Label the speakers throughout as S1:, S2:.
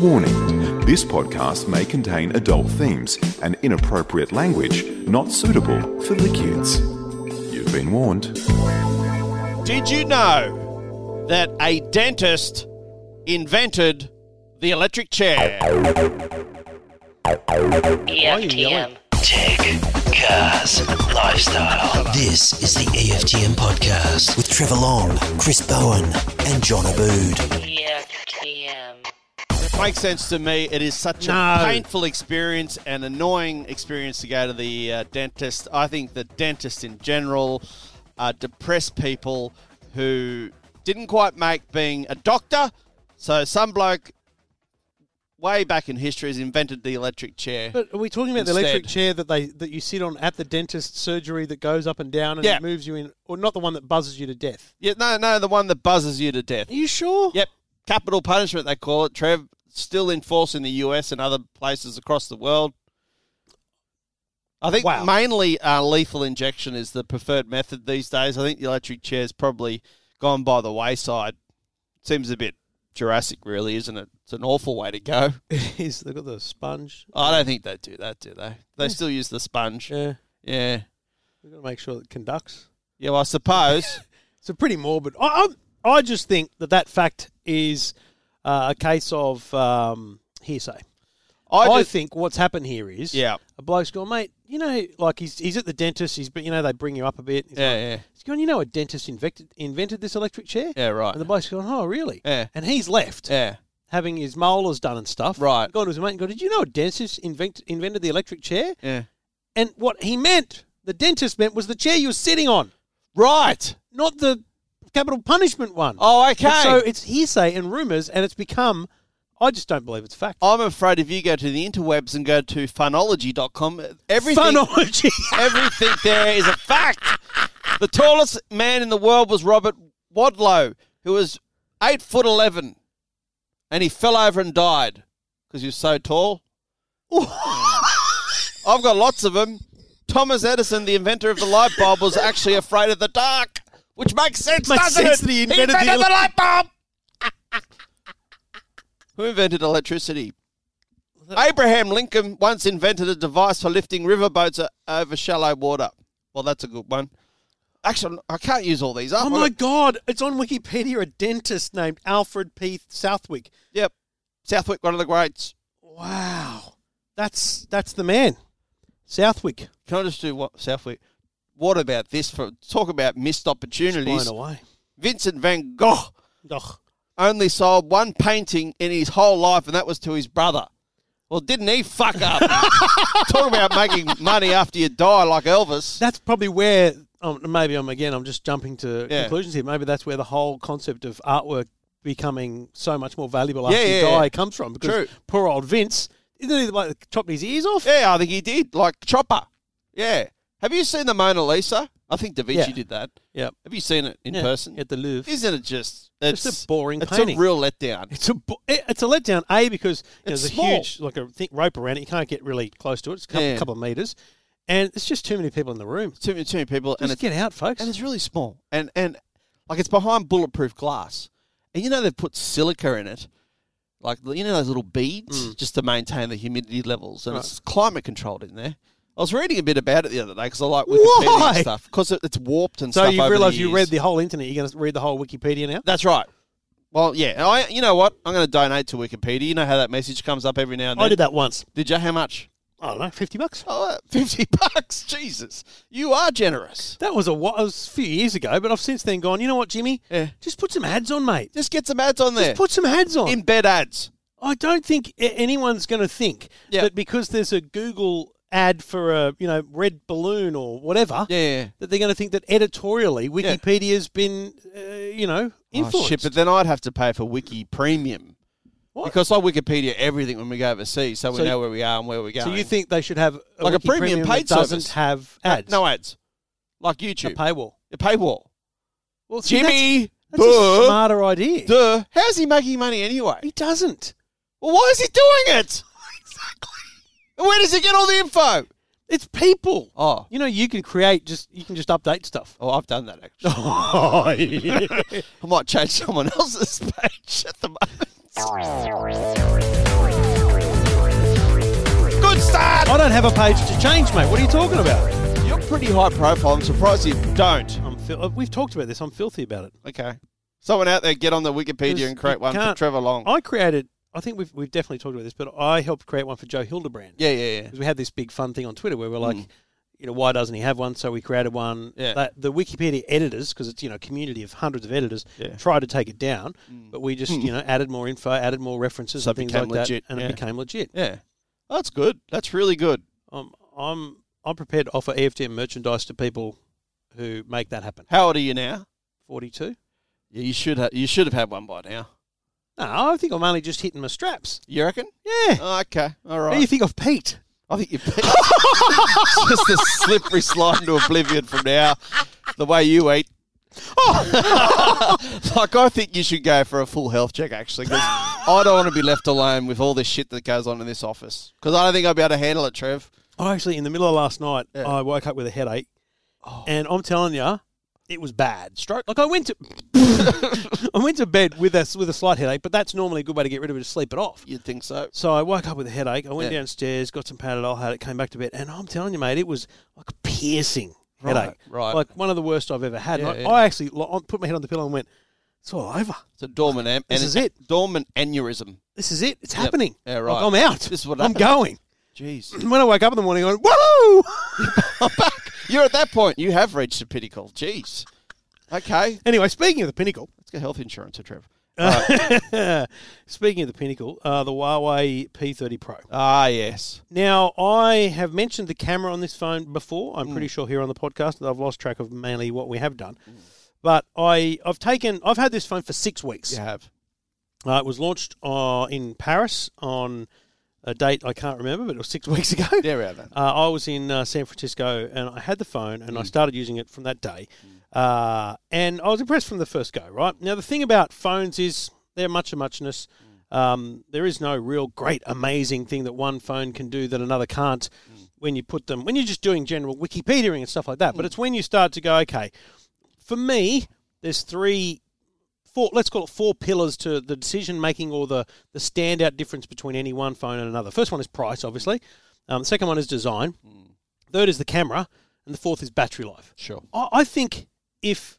S1: Warning This podcast may contain adult themes and inappropriate language not suitable for the kids. You've been warned.
S2: Did you know that a dentist invented the electric chair?
S3: EFTM.
S4: Tech, cars, lifestyle. This is the EFTM podcast with Trevor Long, Chris Bowen, and John Abood.
S3: EFTM.
S2: Makes sense to me. It is such a painful experience and annoying experience to go to the uh, dentist. I think the dentist in general are depressed people who didn't quite make being a doctor. So some bloke way back in history has invented the electric chair.
S5: But are we talking about the
S2: Instead.
S5: electric chair that they that you sit on at the dentist surgery that goes up and down and
S2: Yeah.
S5: it moves you in, or not the one that buzzes you to death?
S2: yeah, no, no, the one that buzzes you to death.
S5: Are you sure?
S2: Yep, capital punishment they call it. Trev still in force in the US and other places across the world. I think
S5: Wow.
S2: mainly uh, lethal injection is the preferred method these days. I think the electric chair's probably gone by the wayside. Seems a bit Jurassic, really, isn't it? It's an awful way to go.
S5: It is. They've got the sponge.
S2: I don't think they do that, do they? They still use the sponge.
S5: Yeah.
S2: Yeah.
S5: We've got to make sure it conducts.
S2: Yeah, well, I suppose.
S5: It's a pretty morbid. I I'm, I just think that that fact is uh, a case of um, hearsay. I,
S2: I just,
S5: think what's happened here is
S2: Yeah.
S5: a bloke's gone, mate. You know, like he's he's at the dentist. He's but you know they bring you up a bit. He's
S2: Yeah,
S5: like-
S2: yeah.
S5: He's going. You know, a dentist invented invented this electric chair.
S2: Yeah, right.
S5: And the bloke's going, oh really?
S2: Yeah.
S5: And he's left.
S2: Yeah.
S5: having his molars done and stuff.
S2: Right.
S5: Gone to his mate and go, Did you know a dentist invent, invented the electric chair?
S2: Yeah.
S5: And what he meant, the dentist meant, was the chair you were sitting on,
S2: Right.
S5: not the capital punishment one.
S2: Oh, okay.
S5: And so it's hearsay and rumours, and it's become, I just don't believe it's fact.
S2: I'm afraid if you go to the interwebs and go to funology.com, everything,
S5: Phonology.
S2: everything there is a fact. The tallest man in the world was Robert Wadlow, who was eight foot eleven, and he fell over and died because he was so tall. I've got lots of them. Thomas Edison, the inventor of the light bulb, was actually afraid of the dark, which makes sense,
S5: Makes
S2: doesn't
S5: sense
S2: it?
S5: that he invented the
S2: the light bulb. Who invented electricity? Abraham Lincoln once invented a device for lifting riverboats o- over shallow water. Well, that's a good one. Actually, I can't use all these.
S5: oh my God, it's on Wikipedia, a dentist named Alfred P. Southwick.
S2: Yep. Southwick, one of the greats.
S5: Wow. That's, that's the man. Southwick.
S2: Can I just do what Southwick? What about this? For talk about missed
S5: Blown
S2: opportunities.
S5: away.
S2: Vincent Van Gogh
S5: Ugh.
S2: only sold one painting in his whole life, and that was to his brother. Well, didn't he fuck up? Talk about making money after you die, like Elvis.
S5: that's probably where um, maybe I'm again. I'm just jumping to
S2: Yeah.
S5: conclusions here. Maybe that's where the whole concept of artwork becoming so much more valuable
S2: Yeah,
S5: after
S2: yeah,
S5: you die
S2: yeah.
S5: comes from. Because
S2: True.
S5: poor old Vince, isn't he the bloke that chopped his ears off?
S2: yeah, I think he did, like Chopper. Yeah. Have you seen the Mona Lisa? I think Da Vinci
S5: Yeah.
S2: did that.
S5: Yep.
S2: Have you seen it in
S5: Yeah,
S2: person?
S5: at the Louvre.
S2: Isn't it just? It's,
S5: a boring
S2: It's
S5: painting.
S2: a real letdown.
S5: It's a bo- it- it's a letdown. A because you know,
S2: It's
S5: there's
S2: small.
S5: a huge like a thick rope around it. You can't get really close to it. It's a couple,
S2: Yeah.
S5: couple of meters, and it's just too many people in the room.
S2: Too many, too many people, and it's
S5: Just get out, folks.
S2: and it's really small and and like it's behind bulletproof glass and you know they've put silica in it like you know those little
S5: Mm.
S2: beads just to maintain the humidity levels and it's climate controlled in there i was reading a bit about it the other day because i like wikipedia
S5: Why?
S2: and stuff because it, it's warped and
S5: so
S2: stuff
S5: you
S2: over
S5: realise
S2: the
S5: you
S2: years.
S5: read the whole internet. You're going to read the whole Wikipedia now.
S2: that's right well yeah and i you know what i'm going to donate to wikipedia you know how that message comes up every now and then
S5: I did that once.
S2: did you how much
S5: I don't know, fifty bucks.
S2: oh, uh, 50 bucks jesus you are generous
S5: That was a while, it was a few years ago, but I've since then gone. You know what, Jimmy?
S2: Yeah.
S5: Just put some ads on, mate.
S2: just get some ads on there
S5: Put some ads on.
S2: in bed ads
S5: I don't think a- anyone's going to think
S2: Yeah.
S5: that because there's a Google ad for a you know red balloon or whatever
S2: yeah, yeah, yeah.
S5: that they're going to think that editorially Wikipedia's been uh, you
S2: Oh,
S5: know
S2: shit,
S5: influenced.
S2: but then I'd have to pay for Wiki Premium.
S5: What?
S2: Because I Wikipedia everything when we go overseas, so we
S5: So-
S2: know where we are and where we're going.
S5: so you think they should have a
S2: Like a
S5: Wiki
S2: premium
S5: that
S2: paid
S5: doesn't
S2: service.
S5: have ads?
S2: No ads. Like
S5: a
S2: YouTube.
S5: paywall.
S2: a paywall.
S5: Well, see,
S2: Jimmy!
S5: that's, that's a
S2: duh,
S5: smarter idea.
S2: duh. How's he making money anyway?
S5: He doesn't.
S2: Well, why is he doing it? exactly. Where does he get all the info?
S5: It's people.
S2: Oh.
S5: You know, you can create just you can just update stuff.
S2: Oh, I've done that actually. I might change someone else's page at the moment.
S5: don't have a page to change, mate. What are you talking about?
S2: Oh, You're pretty high profile. I'm surprised you don't.
S5: I'm fil- uh, we've talked about this. I'm filthy about it.
S2: Okay. Someone out there, get on the Wikipedia
S5: Because
S2: and create
S5: you
S2: one for
S5: can't-
S2: Trevor Long.
S5: I created. I think we've we've definitely talked about this, but I helped create one for Joe Hildebrand.
S2: yeah, yeah, yeah.
S5: because we had this big fun thing on Twitter where we're like, you know, why doesn't he have one? So we created one.
S2: Yeah.
S5: That, the Wikipedia editors, because it's you know a community of hundreds of editors,
S2: Yeah. Mm.
S5: tried to take it down, but we just you know added more info, added more references,
S2: So it
S5: and things
S2: became
S5: like
S2: legit,
S5: that, and
S2: yeah.
S5: it became legit.
S2: Yeah. That's good. That's really good.
S5: Um, I'm I'm prepared to offer E EFTM merchandise to people who make that happen.
S2: How old are you now?
S5: Forty-two.
S2: Yeah, you should ha- you should have had one by now.
S5: No, I think I'm only just hitting my straps.
S2: You reckon?
S5: Yeah.
S2: Oh, okay. All
S5: What do you
S2: right.
S5: think of Pete?
S2: I think you've just a slippery slide into oblivion from now. The way you eat. Oh. like I think you should go for a full health check actually, 'cause I don't want to be left alone with all this shit that goes on in this office. Because I don't think I'll be able to handle it, Trev.
S5: I actually, in the middle of last night,
S2: Yeah. Oh.
S5: I woke up with a headache, and I'm telling you, it was bad. Stroke. Like I went to, I went to bed with a with a slight headache, but that's normally a good way to get rid of it is sleep it off.
S2: You'd think so.
S5: So I woke up with a headache. I went
S2: Yeah.
S5: downstairs, got some Panadol, had it, came back to bed, and I'm telling you, mate, it was like a piercing
S2: Right,
S5: headache,
S2: right.
S5: Like one of the worst I've ever had. And
S2: Yeah,
S5: I,
S2: yeah.
S5: I actually lo- I put my head on the pillow and went, "It's all over.
S2: It's a dormant am-
S5: This
S2: and
S5: is
S2: it's
S5: it.
S2: dormant aneurysm.
S5: This is it. It's
S2: Yep.
S5: happening.
S2: Yeah,
S5: Like,
S2: right.
S5: I'm out.
S2: This is what
S5: I'm
S2: happened.
S5: going."
S2: Jeez.
S5: When I woke up in the morning, I went, "Whoa!"
S2: I'm back. You're at that point. You have reached the pinnacle. Jeez. Okay.
S5: anyway, speaking of the pinnacle.
S2: Let's get health insurance, here, Trev.
S5: Speaking of the pinnacle, uh, the Huawei P30 Pro.
S2: Ah, yes.
S5: Now, I have mentioned the camera on this phone before. I'm pretty sure here on the podcast that I've lost track of mainly what we have done. But I, I've taken, I've had this phone for six weeks.
S2: You have.
S5: Uh, it was launched uh, in Paris on a date I can't remember, but it was six weeks ago.
S2: Yeah, we have that.
S5: Uh, I was in uh, San Francisco and I had the phone and I started using it from that day. Uh, and I was impressed from the first go, right? Now, the thing about phones is they're much a muchness. Um, there is no real great, amazing thing that one phone can do that another can't when you put them, when you're just doing general Wikipediaing and stuff like that. But it's when you start to go, okay, for me, there's three four let's call it four pillars to the decision making or the the standout difference between any one phone and another. First one is price, obviously. Um, the second one is design. Third is the camera, and the fourth is battery life.
S2: Sure.
S5: I, I think if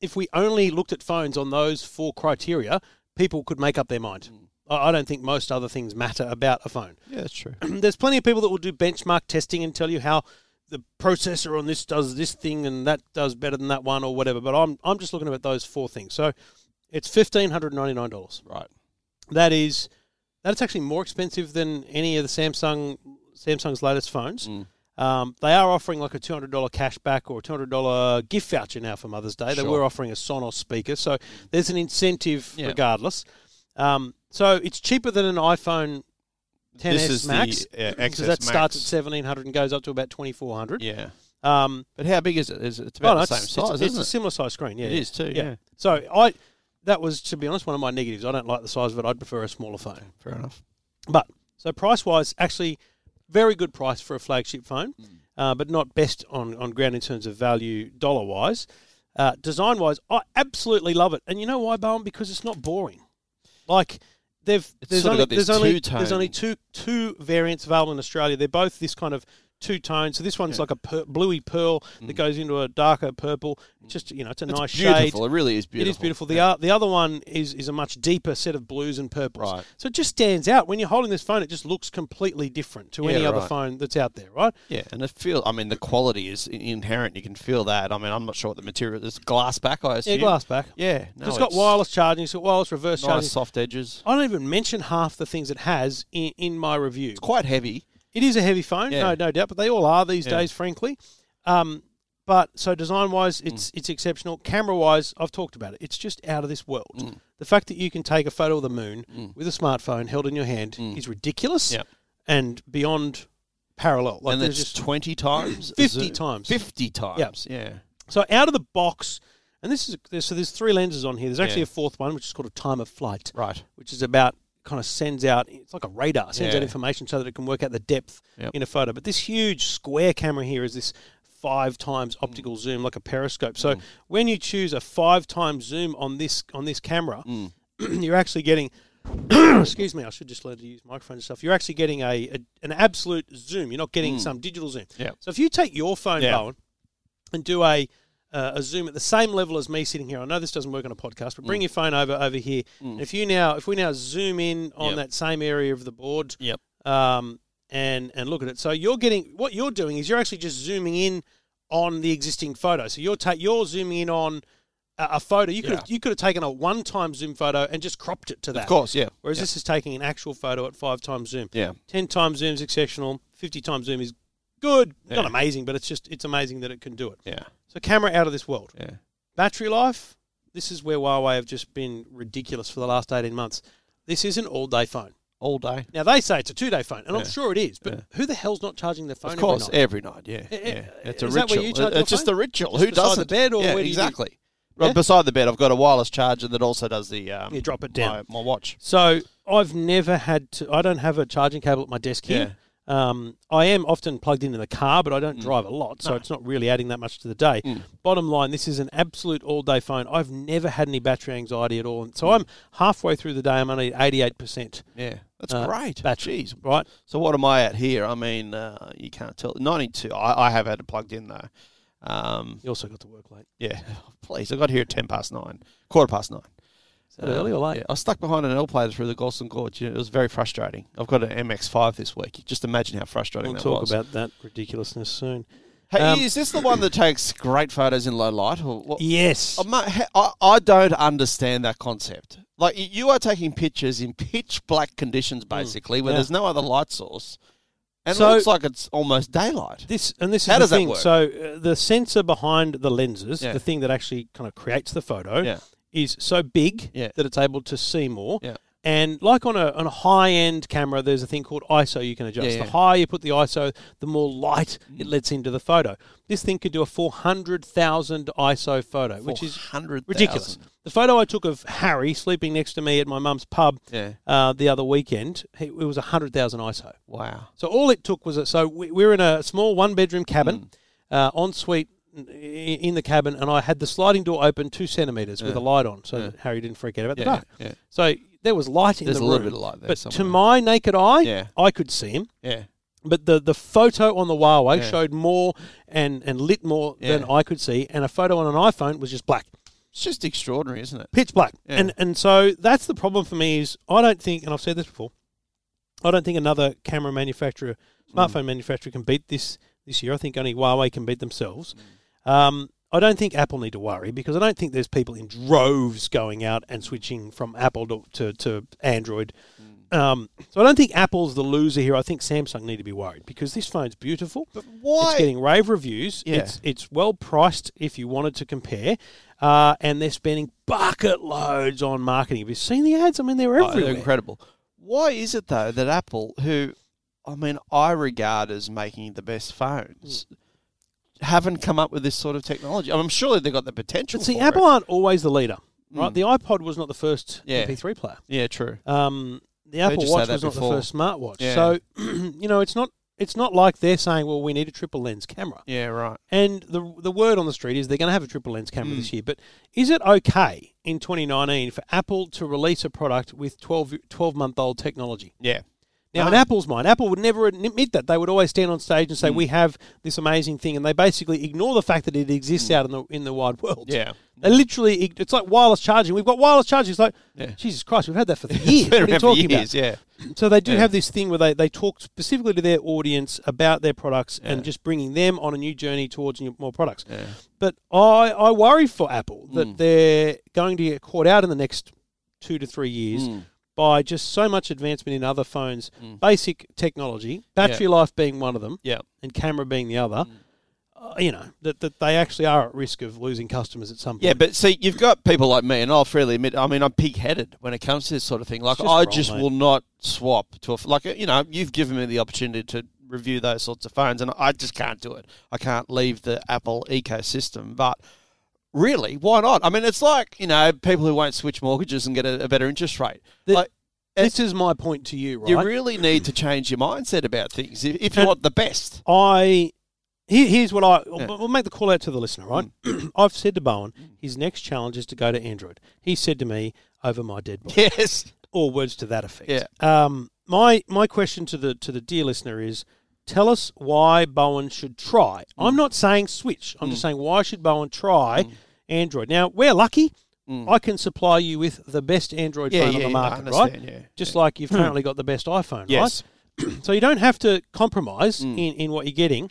S5: if we only looked at phones on those four criteria, people could make up their mind. I, I don't think most other things matter about a phone.
S2: Yeah, that's true.
S5: There's plenty of people that will do benchmark testing and tell you how the processor on this does this thing and that does better than that one or whatever. But I'm I'm just looking at those four things. So it's fifteen hundred ninety nine dollars.
S2: Right.
S5: That is that's actually more expensive than any of the Samsung Samsung's latest phones.
S2: Mm.
S5: Um, they are offering like a two hundred dollar cashback or a two hundred dollar gift voucher now for Mother's Day. They
S2: Sure.
S5: were offering a Sonos speaker, so there's an incentive
S2: Yeah.
S5: regardless. Um, so it's cheaper than an iPhone 10s
S2: This is the,
S5: Max
S2: uh,
S5: because
S2: XS
S5: that starts at
S2: Max.
S5: seventeen hundred and goes up to about twenty four hundred.
S2: Yeah.
S5: Um,
S2: But how big is it? Is it it's about
S5: oh, no,
S2: the
S5: it's-
S2: same
S5: it's,
S2: size,
S5: it's
S2: isn't
S5: a
S2: it?
S5: similar size screen. Yeah,
S2: It
S5: yeah.
S2: is too, yeah.
S5: So I that was to be honest one of my negatives. I don't like the size of it. I'd prefer a smaller phone.
S2: Fair enough.
S5: But so price wise, actually, very good price for a flagship phone,
S2: Mm.
S5: uh, but not best on, on ground in terms of value dollar wise. Uh, design wise, I absolutely love it, and you know why, Bowen? Because it's not boring. Like they've there's
S2: sort
S5: only,
S2: of got this
S5: there's only
S2: two-tone.
S5: there's only two two variants available in Australia. They're both this kind of two tone. So this one's like a per- bluey pearl that goes into a darker purple. It's just you know it's a nice shade.
S2: Mm. Beautiful. It really is beautiful.
S5: It is beautiful. The o- the other one is is a much deeper set of blues and purples.
S2: Right.
S5: So it just stands out when you're holding this phone. It just looks completely different to
S2: Yeah,
S5: any other
S2: right.
S5: phone that's out there, right?
S2: Yeah, and it feel. I mean, the quality is i- inherent. You can feel that. I mean, I'm not sure what the material. It's glass back, I
S5: Yeah,
S2: assume.
S5: glass back.
S2: Yeah, no,
S5: so it's got wireless charging. It's got wireless reverse
S2: nice
S5: charging.
S2: soft edges.
S5: I don't even mention half the things it has in, in my review.
S2: Quite heavy.
S5: It is a heavy phone,
S2: Yeah.
S5: no, no doubt, but they all are these
S2: Yeah.
S5: days, frankly. Um, but so design wise, it's
S2: Mm.
S5: it's exceptional. Camera wise, I've talked about it. It's just out of this world.
S2: Mm.
S5: The fact that you can take a photo of the moon with a smartphone held in your hand
S2: Mm.
S5: is ridiculous
S2: Yep.
S5: and beyond parallel. Like
S2: and
S5: there's
S2: it's
S5: just
S2: 20 times?
S5: 50
S2: zoom.
S5: times.
S2: 50 times, yeah.
S5: so out of the box. And this is there's, so there's three lenses on here. There's actually
S2: Yeah.
S5: a fourth one which is called a time of flight
S2: Right.
S5: which is about kind of sends out it's like a radar sends out
S2: Yeah.
S5: information so that it can work out the depth
S2: Yep.
S5: in a photo but this huge square camera here is this five times
S2: Mm.
S5: optical zoom like a periscope so
S2: Mm.
S5: when you choose a five times zoom on this on this camera you're actually getting excuse me, I should just learn to use microphones and stuff. You're actually getting a, a an absolute zoom. You're not getting some digital zoom.
S2: Yeah.
S5: So if you take your phone,
S2: Mm. Yeah.
S5: Bowen, and do a uh, a zoom at the same level as me sitting here. I know this doesn't work on a podcast, but
S2: Mm.
S5: bring your phone over over here. And if you now, if we now zoom in on
S2: Yep.
S5: that same area of the board,
S2: Yep.
S5: um, and and look at it. So you're getting what you're doing is you're actually just zooming in on the existing photo. So you're ta- you're zooming in on a, a photo. You could have you could have taken a one time zoom photo and just cropped it to that.
S2: Of course, yeah.
S5: Whereas this is taking an actual photo at five times zoom.
S2: Yeah.
S5: Ten times zoom is exceptional. Fifty times zoom is good. Not
S2: Yeah.
S5: amazing, but it's just it's amazing that it can do it.
S2: Yeah.
S5: So camera out of this world.
S2: Yeah.
S5: Battery life. This is where Huawei have just been ridiculous for the last eighteen months. This is an all day phone.
S2: All day.
S5: Now they say it's a two day phone, and I'm
S2: Yeah.
S5: sure it is. But
S2: Yeah.
S5: who the hell's not charging their phone?
S2: Of course,
S5: every night?
S2: every night. yeah.
S5: Eh, eh,
S2: yeah. It's a ritual.
S5: is that where you charge
S2: It-
S5: your
S2: it's just
S5: phone?
S2: a ritual.
S5: Just
S2: Who
S5: beside
S2: doesn't?
S5: the bed or
S2: yeah,
S5: where do you do-
S2: exactly. Right
S5: Yeah.
S2: beside the bed, I've got a wireless charger that also does the um,
S5: You drop it down.
S2: my, my watch.
S5: So I've never had to. I don't have a charging cable at my desk here. Um, I am often plugged in in the car, but I
S2: Mm.
S5: don't drive a lot, so it's not really adding that much to the day. Bottom line, this is an absolute all-day phone. I've never had any battery anxiety at all, and so
S2: Mm.
S5: I'm halfway through the day. I'm only at eighty-eight percent.
S2: Yeah, that's
S5: Uh,
S2: great.
S5: battery.
S2: Jeez.
S5: Right?
S2: So what am I at here? I mean, uh, you can't tell. Ninety-two. I, I have had it plugged in though. Um,
S5: You also got to work late.
S2: yeah, please. I got here at ten past nine, quarter past nine.
S5: Is that early or late?
S2: Yeah, I was stuck behind an L player through the Gosling Gorge. Yeah, It was very frustrating. I've got an MX5 this week. Just imagine how frustrating that
S5: We'll talk
S2: was.
S5: about that ridiculousness soon.
S2: hey,
S5: um,
S2: is this the one that takes great photos in low light? Or what?
S5: Yes.
S2: I mu- Uh, he- I, I don't understand that concept. Like y- you are taking pictures in pitch black conditions, basically, where
S5: Hmm. yeah.
S2: there's no other light source, and
S5: So-
S2: it looks like it's almost daylight.
S5: This and this is
S2: How
S5: the
S2: does that
S5: thing.
S2: work?
S5: So uh, the sensor behind the lenses,
S2: Yeah.
S5: the thing that actually kind of creates the photo,
S2: Yeah.
S5: is so big
S2: Yeah.
S5: that it's able to see more.
S2: Yeah.
S5: And like on a on a high end camera, there's a thing called ISO you can adjust.
S2: Yeah, Mm. yeah.
S5: The higher you put the ISO, the more light it lets into the photo. This thing could do a four hundred thousand ISO photo, which is
S2: 400,000.
S5: ridiculous. The photo I took of Harry sleeping next to me at my mum's pub
S2: Yeah.
S5: uh, the other weekend, he- it was hundred thousand ISO.
S2: Wow.
S5: So all it took was a, so we, we were in a small one bedroom cabin,
S2: Hmm.
S5: uh, ensuite i- in the cabin, and I had the sliding door open two centimeters with a light on, so that Harry didn't freak out about the
S2: Yeah,
S5: dark.
S2: yeah.
S5: So there was light in
S2: There's
S5: the
S2: a little
S5: room,
S2: bit of light there
S5: but to
S2: somewhere.
S5: my naked eye,
S2: Yeah.
S5: I could see him.
S2: Yeah.
S5: But the, the photo on the Huawei
S2: Yeah.
S5: showed more and, and lit more than
S2: Yeah.
S5: I could see, and a photo on an iPhone was just black,
S2: It's just extraordinary, isn't it?
S5: pitch black.
S2: Yeah.
S5: And and so that's the problem for me is I don't think, and I've said this before, I don't think another camera manufacturer, smartphone manufacturer, can beat this this year. I think only Huawei can beat themselves. Um, I don't think Apple need to worry because I don't think there's people in droves going out and switching from Apple to to, to Android. Um, so I don't think Apple's the loser here. I think Samsung need to be worried because this phone's beautiful. But
S2: why-
S5: It's getting rave reviews.
S2: Yeah.
S5: It's it's well priced if you wanted to compare. Uh, and they're spending bucket loads on marketing. Have you seen the ads? I mean, they're
S2: Oh, they're
S5: everywhere.
S2: incredible. Why is it though that Apple, who I mean, I regard as making the best phones,
S5: Hmm.
S2: haven't come up with this sort of technology? I'm sure they've got the potential.
S5: But see,
S2: for
S5: Apple
S2: it.
S5: aren't always the leader, right? The iPod was not the first
S2: Hmm. Yeah.
S5: MP3 player.
S2: Yeah, true.
S5: Um, the Apple
S2: just say
S5: Watch
S2: that
S5: was not
S2: before.
S5: the first smartwatch.
S2: Yeah.
S5: So, you know, it's not it's not like they're saying, well, we need a triple lens camera.
S2: Yeah, right.
S5: And the the word on the street is they're going to have a triple lens camera
S2: Hmm.
S5: this year. But is it okay in 2019 for Apple to release a product with 12, 12 month old technology?
S2: Yeah.
S5: Now, in
S2: No.
S5: Apple's mind, Apple would never admit that. They would always stand on stage and
S2: Hmm.
S5: say, "We have this amazing thing," and they basically ignore the fact that it exists out in the in the wide world.
S2: Hmm. Yeah.
S5: they literally. ig- It's like wireless charging. We've got wireless charging. It's like
S2: Yeah.
S5: Jesus Christ, we've had that for years. what are you
S2: For
S5: talking about?
S2: years, Yeah.
S5: So they do
S2: Yeah.
S5: have this thing where they, they talk specifically to their audience about their products and just bringing them on a new journey towards new, more products. But I, I worry for Apple
S2: Hmm.
S5: that they're going to get caught out in the next two to three years
S2: Mm.
S5: by just so much advancement in other phones, basic technology, battery life being one of them,
S2: Yeah. Mm.
S5: and camera being the other. Uh, you know that, that they actually are at risk of losing customers at some point.
S2: Yeah, but see, you've got people like me, and I'll freely admit, I mean, I'm pig-headed when it comes to this sort of thing. Like,
S5: just
S2: I
S5: wrong,
S2: just
S5: mate.
S2: will not swap to a f- like, you know, you've given me the opportunity to review those sorts of phones, and I just can't do it. I can't leave the Apple ecosystem. But really, why not? I mean, it's like you know, people who won't switch mortgages and get a, a better interest rate.
S5: The-
S2: like,
S5: this is my point to you, right?
S2: you really need to change your mindset about things if, if you
S5: And-
S2: want the best.
S5: I here, here's what I
S2: Yeah. Mm.
S5: we'll make the call out to the listener, right? I've said to Bowen, his next challenge is to go to Android. He said to me over my dead body.
S2: Yes.
S5: or words to that effect.
S2: Yeah.
S5: Um, my my question to the to the dear listener is, tell us why Bowen should try.
S2: Mm.
S5: I'm not saying switch. I'm just saying why should Bowen try Android? Now we're lucky. I can supply you with the best Android
S2: Mm. Yeah,
S5: phone on
S2: yeah,
S5: the
S2: yeah, I
S5: market, right?
S2: understand, yeah. Hmm.
S5: Just like you've currently got the best iPhone,
S2: Yes. Mm.
S5: right? so you don't have to compromise in, in what you're getting,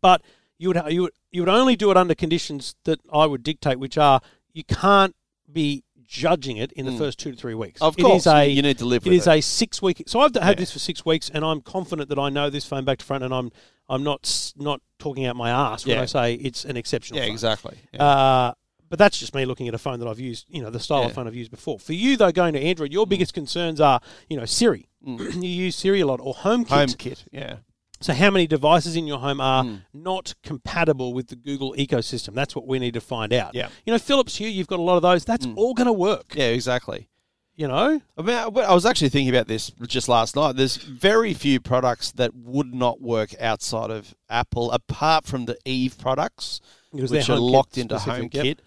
S5: but you would you would you would only do it under conditions that I would dictate, which are you can't be judging it in the first two to three weeks.
S2: Mm. Of
S5: It
S2: course,
S5: is a-
S2: you- you need to live with
S5: It is
S2: it.
S5: a six week. So I've had this for six weeks, and I'm confident that I know this phone back to front, and I'm I'm not s- not talking out my ass when
S2: Yeah.
S5: I say it's an exceptional.
S2: Yeah,
S5: phone.
S2: exactly. Yeah.
S5: Uh, but that's just me looking at a phone that I've used, you know, the style of phone I've used before. For you, though, going to Android,
S2: Mm.
S5: your biggest concerns are, you know, Siri. you use Siri a lot or HomeKit.
S2: Home kit. Yeah.
S5: So, how many devices in your home are
S2: Hmm.
S5: not compatible with the Google ecosystem? That's what we need to find out.
S2: Yeah. Hmm.
S5: You know, Philips Hue, you've got a lot of those. That's all going to work,
S2: Yeah, exactly.
S5: you know?
S2: I mean, I I was actually thinking about this just last night. There's very few products that would not work outside of Apple, apart from the Eve products,
S5: Because
S2: which
S5: they're
S2: are
S5: HomeKit
S2: locked into
S5: specific,
S2: HomeKit.
S5: yep.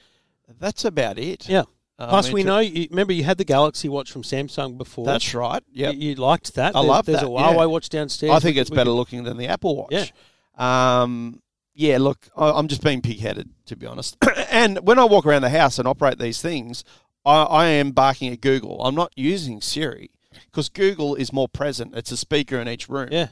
S2: That's about it.
S5: Yeah.
S2: I
S5: Plus,
S2: mean,
S5: we
S2: to-
S5: know, you, remember you had the Galaxy Watch from Samsung before.
S2: That's right. Yeah,
S5: You, you liked that.
S2: I
S5: There's-
S2: love
S5: There's
S2: that,
S5: a
S2: yeah.
S5: Huawei watch downstairs.
S2: I think
S5: We-
S2: it's
S5: we
S2: better
S5: could-
S2: looking than the Apple Watch. Yeah. Um, yeah, look, I, I'm just being pig-headed, to be honest. and when I walk around the house and operate these things, I, I am barking at Google. I'm not using Siri because Google is more present. It's a speaker in each room.
S5: Yeah.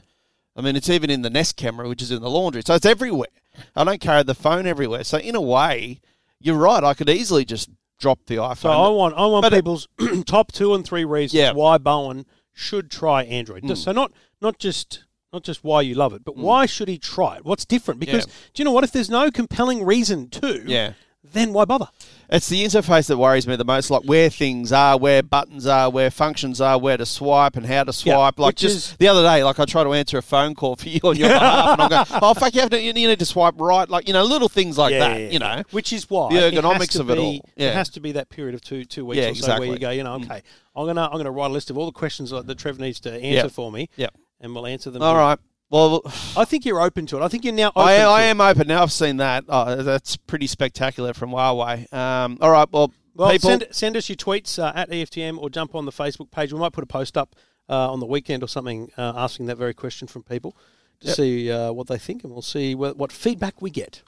S2: I mean, it's even in the Nest camera, which is in the laundry. So it's everywhere. I don't carry the phone everywhere. So in a way, you're right. I could easily just drop the iPhone.
S5: So I want I want
S2: But it-
S5: people's top two and three reasons
S2: Yeah. Hmm.
S5: why Bowen should try Android. So not not just not just why you love it, but why should he try it? What's different? Because
S2: Yeah.
S5: do you know what? If there's no compelling reason to,
S2: Yeah.
S5: then why bother?
S2: It's the interface that worries me the most, like where things are, where buttons are, where functions are, where to swipe and how to swipe. like
S5: which
S2: just
S5: is-
S2: the other day, like I tried to answer a phone call for you on your behalf, and I'm going, "Oh fuck, you have to, you need to swipe right." Like you know, little things like that. you know,
S5: which is why
S2: the
S5: it has
S2: ergonomics
S5: to
S2: of it
S5: be-
S2: all. Yeah.
S5: It has to be that period of two two weeks
S2: Yeah,
S5: or so where
S2: exactly. Hmm.
S5: you go, you know, okay, I'm gonna I'm gonna write a list of all the questions that that Trev needs to answer
S2: Yeah.
S5: for me,
S2: Yeah.
S5: and we'll answer them.
S2: all right. Well,
S5: I think you're open to it. I think you're now. Open
S2: I,
S5: to
S2: I
S5: it.
S2: am open now. I've seen that. Oh, that's pretty spectacular from Huawei. Um, all right. Well,
S5: Well,
S2: people,
S5: send, send us your tweets uh, at EFTM or jump on the Facebook page. We might put a post up uh, on the weekend or something uh, asking that very question from people to see uh, what they think, and we'll see wh- what feedback we get.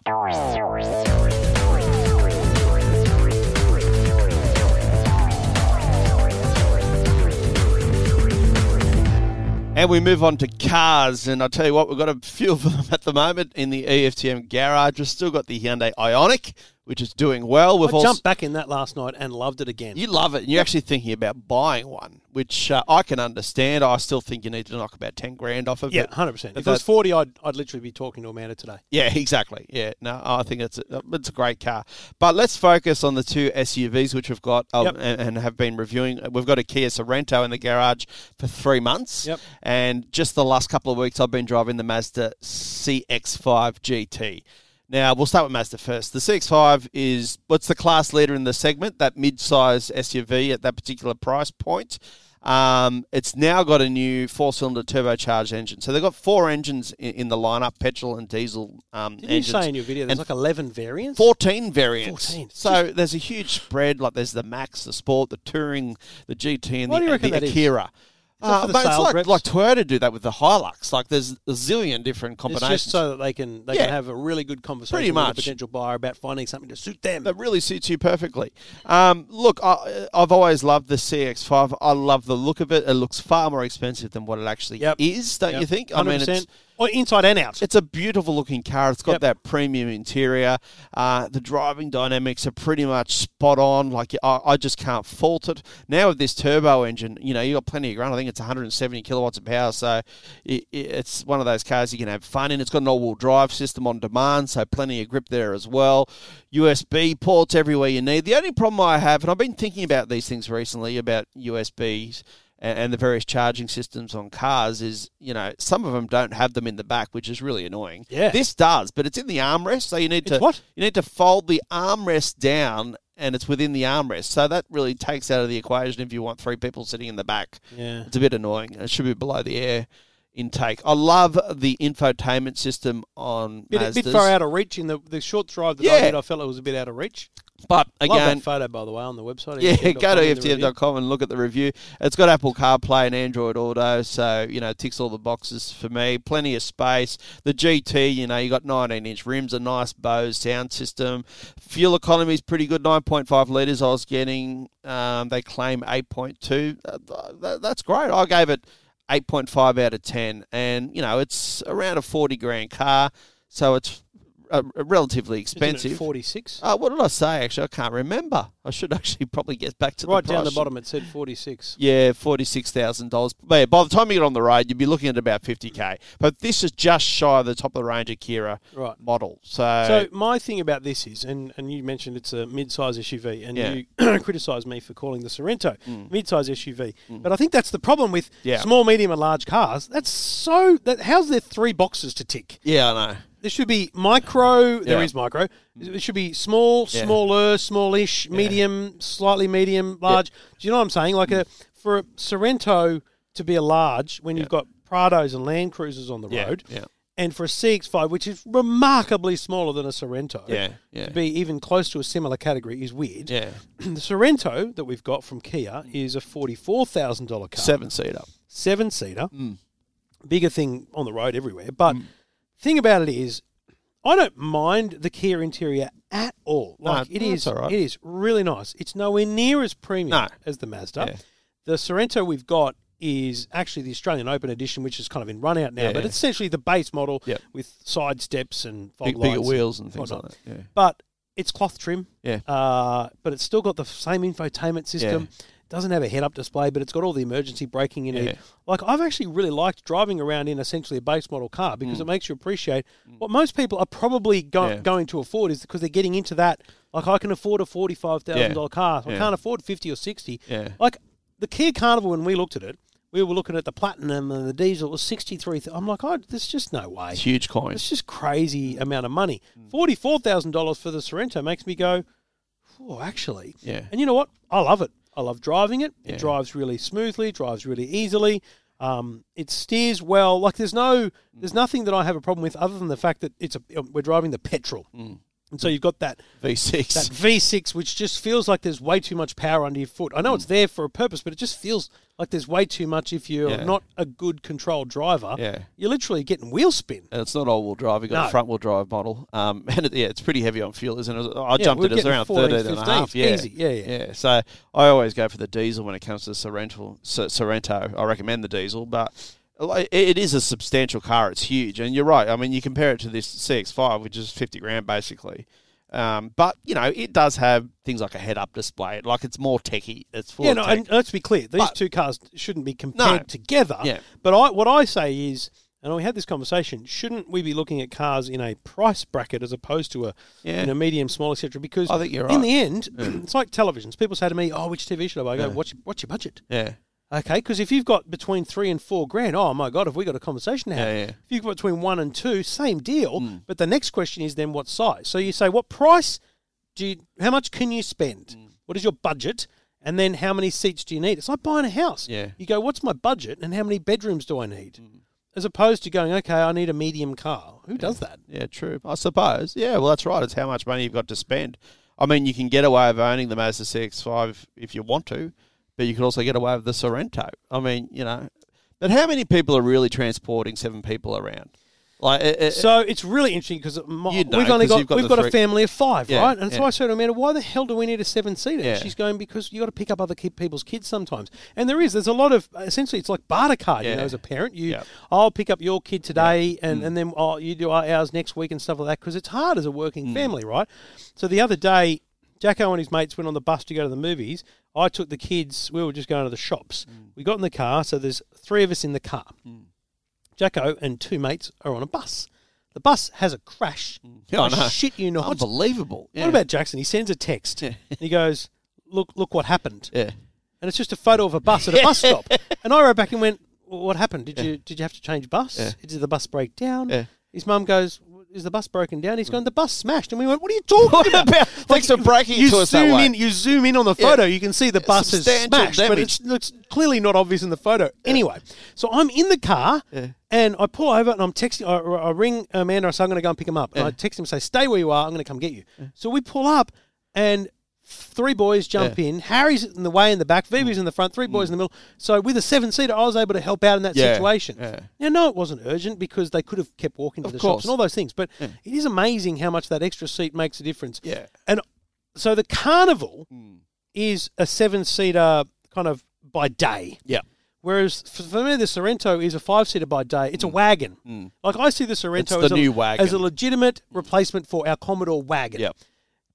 S2: And we move on to cars, and I tell you what, we've got a few of them at the moment in the E EFTM garage. We've still got the Hyundai Ionic, which is doing well. We've
S5: I
S2: also
S5: jumped back in that last night and loved it again.
S2: you love it, and you're actually thinking about buying one, which uh, I can understand. I still think you need to knock about ten grand off of
S5: yeah,
S2: it.
S5: hundred percent.
S2: But
S5: If it was
S2: that-
S5: forty, I'd, I'd literally be talking to Amanda today.
S2: Yeah, exactly. Yeah, no, I think it's a, it's a great car. But let's focus on the two SUVs which we've got um,
S5: Yep.
S2: and, and have been reviewing. We've got a Kia Sorento in the garage for three months,
S5: Yep.
S2: and just the last couple of weeks I've been driving the Mazda CX-5 GT. Now we'll start with Mazda first. The CX-5 is what's the class leader in the segment, that mid-size SUV at that particular price point. Um, it's now got a new four-cylinder turbocharged engine. So they've got four engines in, in the lineup: petrol and diesel. Um,
S5: Didn't you
S2: engines.
S5: say in your video there's
S2: And
S5: like eleven variants?
S2: 14 variants.
S5: 14.
S2: So there's a huge spread. Like there's the Max, the Sport, the Touring, the GT, and
S5: Why
S2: the,
S5: do you reckon
S2: the
S5: that is?
S2: Akira. Uh,
S5: that for the
S2: but it's
S5: sales
S2: like,
S5: reps?
S2: like Toyota do that with the Hilux. Like there's a zillion different
S5: It's
S2: combinations.
S5: just so that they can they
S2: Yeah.
S5: can have a really good conversation
S2: Pretty
S5: with
S2: much.
S5: a potential buyer about finding something to suit them.
S2: that really suits you perfectly. Um, look, I, I've always loved the CX5. I love the look of it. It looks far more expensive than what it actually
S5: Yep.
S2: is, don't you think? I mean, it's,
S5: or inside and out.
S2: it's a beautiful looking car. It's got
S5: Yep.
S2: that premium interior. Uh, the driving dynamics are pretty much spot on. Like I, I just can't fault it. Now with this turbo engine, you know you got plenty of ground. I think it's 170 kilowatts of power, so it, it- it's one of those cars you can have fun in. It's got an all-wheel drive system on demand, so plenty of grip there as well. USB ports everywhere you need. The only problem I have, and I've been thinking about these things recently about USBs and, and the various charging systems on cars is, you know, some of them don't have them in the back, which is really annoying.
S5: Yeah.
S2: This does, but it's in the armrest, so you need
S5: It's
S2: to
S5: what?
S2: you need to fold the armrest down and it's within the armrest. So that really takes out of the equation if you want three people sitting in the back.
S5: Yeah.
S2: It's a bit annoying. It should be below the air intake. I love the infotainment system on
S5: Bit, a
S2: Mazdas.
S5: bit far out of reach in the, the short drive that I
S2: Yeah.
S5: did. I felt it was a bit out of reach.
S2: But
S5: Love
S2: again,
S5: that photo, by the way, on the website.
S2: yeah, go to
S5: EFTM.com in the review.
S2: ftm.com and look at the review. It's got Apple CarPlay and Android Auto, so you know it ticks all the boxes for me. Plenty of space. The GT, you know, you got 19-inch rims, a nice Bose sound system. Fuel economy is pretty good. 9.5 liters. I was getting. Um, they claim 8.2. Uh, th- th- that's great. I gave it 8.5 out of 10, and you know it's around a 40 grand car, so it's uh, relatively
S5: Isn't it
S2: expensive.
S5: 46.
S2: Uh, what did I say? Actually, I can't remember. I should actually probably get back to
S5: right
S2: the
S5: down the
S2: price.
S5: bottom, it said 46.
S2: Yeah, forty six thousand dollars. But yeah, by the time you get on the road, you'd be looking at about fifty k. But this is just shy of the top of the range Akira
S5: Right.
S2: model.
S5: So
S2: So,
S5: my thing about this is, and, and you mentioned it's a mid-size SUV, and
S2: Yeah. Mm.
S5: you criticised me for calling the Sorrento mid-size SUV, but I think that's the problem with
S2: Yeah.
S5: small, medium, and large cars. That's so that how's there three boxes to tick?
S2: yeah, I know.
S5: There should be micro. There
S2: Yeah.
S5: is micro. There should be small,
S2: Yeah.
S5: smaller, smallish, medium, slightly medium, large. Do you know what I'm saying? Like a for a Sorrento to be a large when you've got Prados and Land Cruisers on the
S2: Yeah,
S5: road,
S2: yeah.
S5: and for a CX-5, which is remarkably smaller than a Sorrento,
S2: Yeah, yeah.
S5: to be even close to a similar category is weird.
S2: Yeah, Mm.
S5: the Sorrento that we've got from Kia is a forty-four thousand dollar car
S2: seven seater.
S5: seven seater,
S2: Mm.
S5: bigger thing on the road everywhere. But thing about it is, I don't mind the Kia interior at all.
S2: No,
S5: Like it
S2: no,
S5: is,
S2: it's all right.
S5: it is really nice. It's nowhere near as premium
S2: No.
S5: as the Mazda.
S2: Yeah.
S5: The Sorrento we've got is actually the Australian Open edition, which is kind of in run out now.
S2: Yeah,
S5: but
S2: yeah.
S5: it's essentially the base model
S2: Yep.
S5: with side steps and fog
S2: Big,
S5: lights
S2: bigger wheels and things like
S5: whatnot.
S2: that. Yeah.
S5: But it's cloth trim.
S2: Yeah.
S5: Uh, but it's still got the same infotainment system. Doesn't have a head-up display, but it's got all the emergency braking in
S2: Yeah.
S5: it. Like I've actually really liked driving around in essentially a base model car because it makes you appreciate what most people are probably go-
S2: Mm. Yeah.
S5: going to afford is because they're getting into that. Like I can afford a forty-five thousand thousand dollar car. I
S2: Yeah.
S5: can't afford fifty or sixty.
S2: Yeah.
S5: Like the Kia Carnival when we looked at it, we were looking at the platinum and the diesel it was sixty-three. I'm like, oh, there's just no way.
S2: It's huge coin.
S5: It's just crazy amount of money.
S2: Hmm.
S5: Forty-four thousand dollars for the Sorrento makes me go, oh, actually.
S2: Yeah.
S5: And you know what? I love it. I love driving it.
S2: Yeah.
S5: It drives really smoothly. Drives really easily. Um, it steers well. Like there's no,
S2: Hmm.
S5: there's nothing that I have a problem with other than the fact that it's a we're driving the petrol,
S2: Hmm.
S5: and so you've got that
S2: V
S5: that
S2: six.
S5: V6, which just feels like there's way too much power under your foot. I know
S2: Hmm.
S5: it's there for a purpose, but it just feels like there's way too much if you're
S2: Yeah.
S5: not a good controlled driver.
S2: Yeah.
S5: You're literally getting wheel spin.
S2: And it's not all wheel drive. You've got
S5: No.
S2: a front wheel drive model. Um, and it, yeah, it's pretty heavy on fuel, isn't it? I
S5: Yeah,
S2: jumped
S5: we're
S2: it. It was
S5: getting
S2: around
S5: 14,
S2: 13 and a half.
S5: 15.
S2: Yeah.
S5: Easy. Yeah, yeah.
S2: So I always go for the diesel when it comes to Sorrento. Sor- Sorrento. I recommend the diesel, but like, it it is a substantial car. It's huge. And you're right. I mean, you compare it to this CX5, which is 50 grand basically. Um, but, you know, it does have things like a head up display. Like it's more techie. It's full
S5: yeah,
S2: of
S5: no,
S2: tech.
S5: and let's be clear. These
S2: But-
S5: two cars shouldn't be compared
S2: No.
S5: together.
S2: Yeah.
S5: But I, what I say is, and we had this conversation, shouldn't we be looking at cars in a price bracket as opposed to a
S2: Yeah.
S5: you know, medium, small, etc.? Because
S2: I think you're
S5: in
S2: right.
S5: the end, it's like televisions. People say to me, oh, which TV should I buy? I go, what's, your, what's your budget?
S2: yeah.
S5: Okay, because if you've got between three and four grand, oh my god, have we got a conversation now?
S2: Yeah, Hmm. yeah.
S5: If you've got between one and two, same deal. But the next question is then what size? So you say what price do you? How much can you spend?
S2: Hmm.
S5: What is your budget? And then how many seats do you need? It's like buying a house.
S2: Yeah. Hmm.
S5: You go, what's my budget, and how many bedrooms do I need? As opposed to going, okay, I need a medium car. Who does that?
S2: Yeah, true. I suppose. Yeah, well, that's right. It's how much money you've got to spend. I mean, you can get away with owning the Mazda CX-5 if you want to, but you could also get away with the Sorrento. I mean, you know, but how many people are really transporting seven people around? Like, it, it-
S5: So it's really interesting because
S2: You'd know,
S5: we've only
S2: 'cause
S5: got,
S2: you've got
S5: we've
S2: the
S5: got a
S2: three-
S5: family of five,
S2: Yeah,
S5: right? And so
S2: yeah.
S5: I said to Amanda, "Why the hell do we need a seven seater?"
S2: Yeah.
S5: She's going because you got to pick up other kid people's kids sometimes, and there is there's a lot of essentially it's like barter card. You
S2: Yeah. Mm.
S5: know, as a parent, you
S2: Yeah.
S5: I'll pick up your kid today, and, and then oh, you do our- ours next week and stuff like that because it's hard as a working
S2: Mm.
S5: family, right? So the other day, Jacko and his mates went on the bus to go to the movies. I took the kids. We were just going to the shops.
S2: Mm.
S5: We got in the car, so there's three of us in the car. Jacko and two mates are on a bus. The bus has a crash.
S2: Mm. Yeah, I know.
S5: Shit, you not.
S2: unbelievable. Yeah.
S5: What about Jackson? He sends a text. And he goes, "Look, look what happened."
S2: Yeah.
S5: And it's just a photo of a bus at a bus stop. And I wrote back and went, well, "What happened? Did you did you have to change bus? Did the bus break down?"
S2: Yeah.
S5: His mum goes, is the bus broken down? He's going, the bus smashed. And we went, what are you talking about?
S2: Thanks for breaking it
S5: you
S2: to us that
S5: zoom
S2: way.
S5: In, you zoom in on the photo, you can see the bus is
S2: substantial
S5: smashed, but
S2: damage.
S5: it's it looks clearly not obvious in the photo. Anyway, so I'm in the car and I pull over and I'm texting. I, I ring Amanda. I say I'm going to go and pick him up. And I text him and say, "Stay where you are. I'm going to come get you." So we pull up and three boys jump in. Harry's in the way in the back.
S2: Mm.
S5: Phoebe's in the front. Three boys in the middle. So with a seven seater, I was able to help out in that
S2: Yeah,
S5: situation.
S2: yeah.
S5: Now, no, it wasn't urgent because they could have kept walking to
S2: Of
S5: the
S2: course.
S5: shops and all those things. But it is amazing how much that extra seat makes a difference.
S2: Yeah. Hmm.
S5: And so the carnival is a seven seater kind of by day.
S2: Yeah.
S5: Whereas for, for me, the Sorrento is a five seater by day. It's a wagon. Like I see the Sorrento
S2: Hmm. It's the
S5: as,
S2: new
S5: a,
S2: wagon.
S5: as a legitimate replacement for our Commodore wagon.
S2: Yep.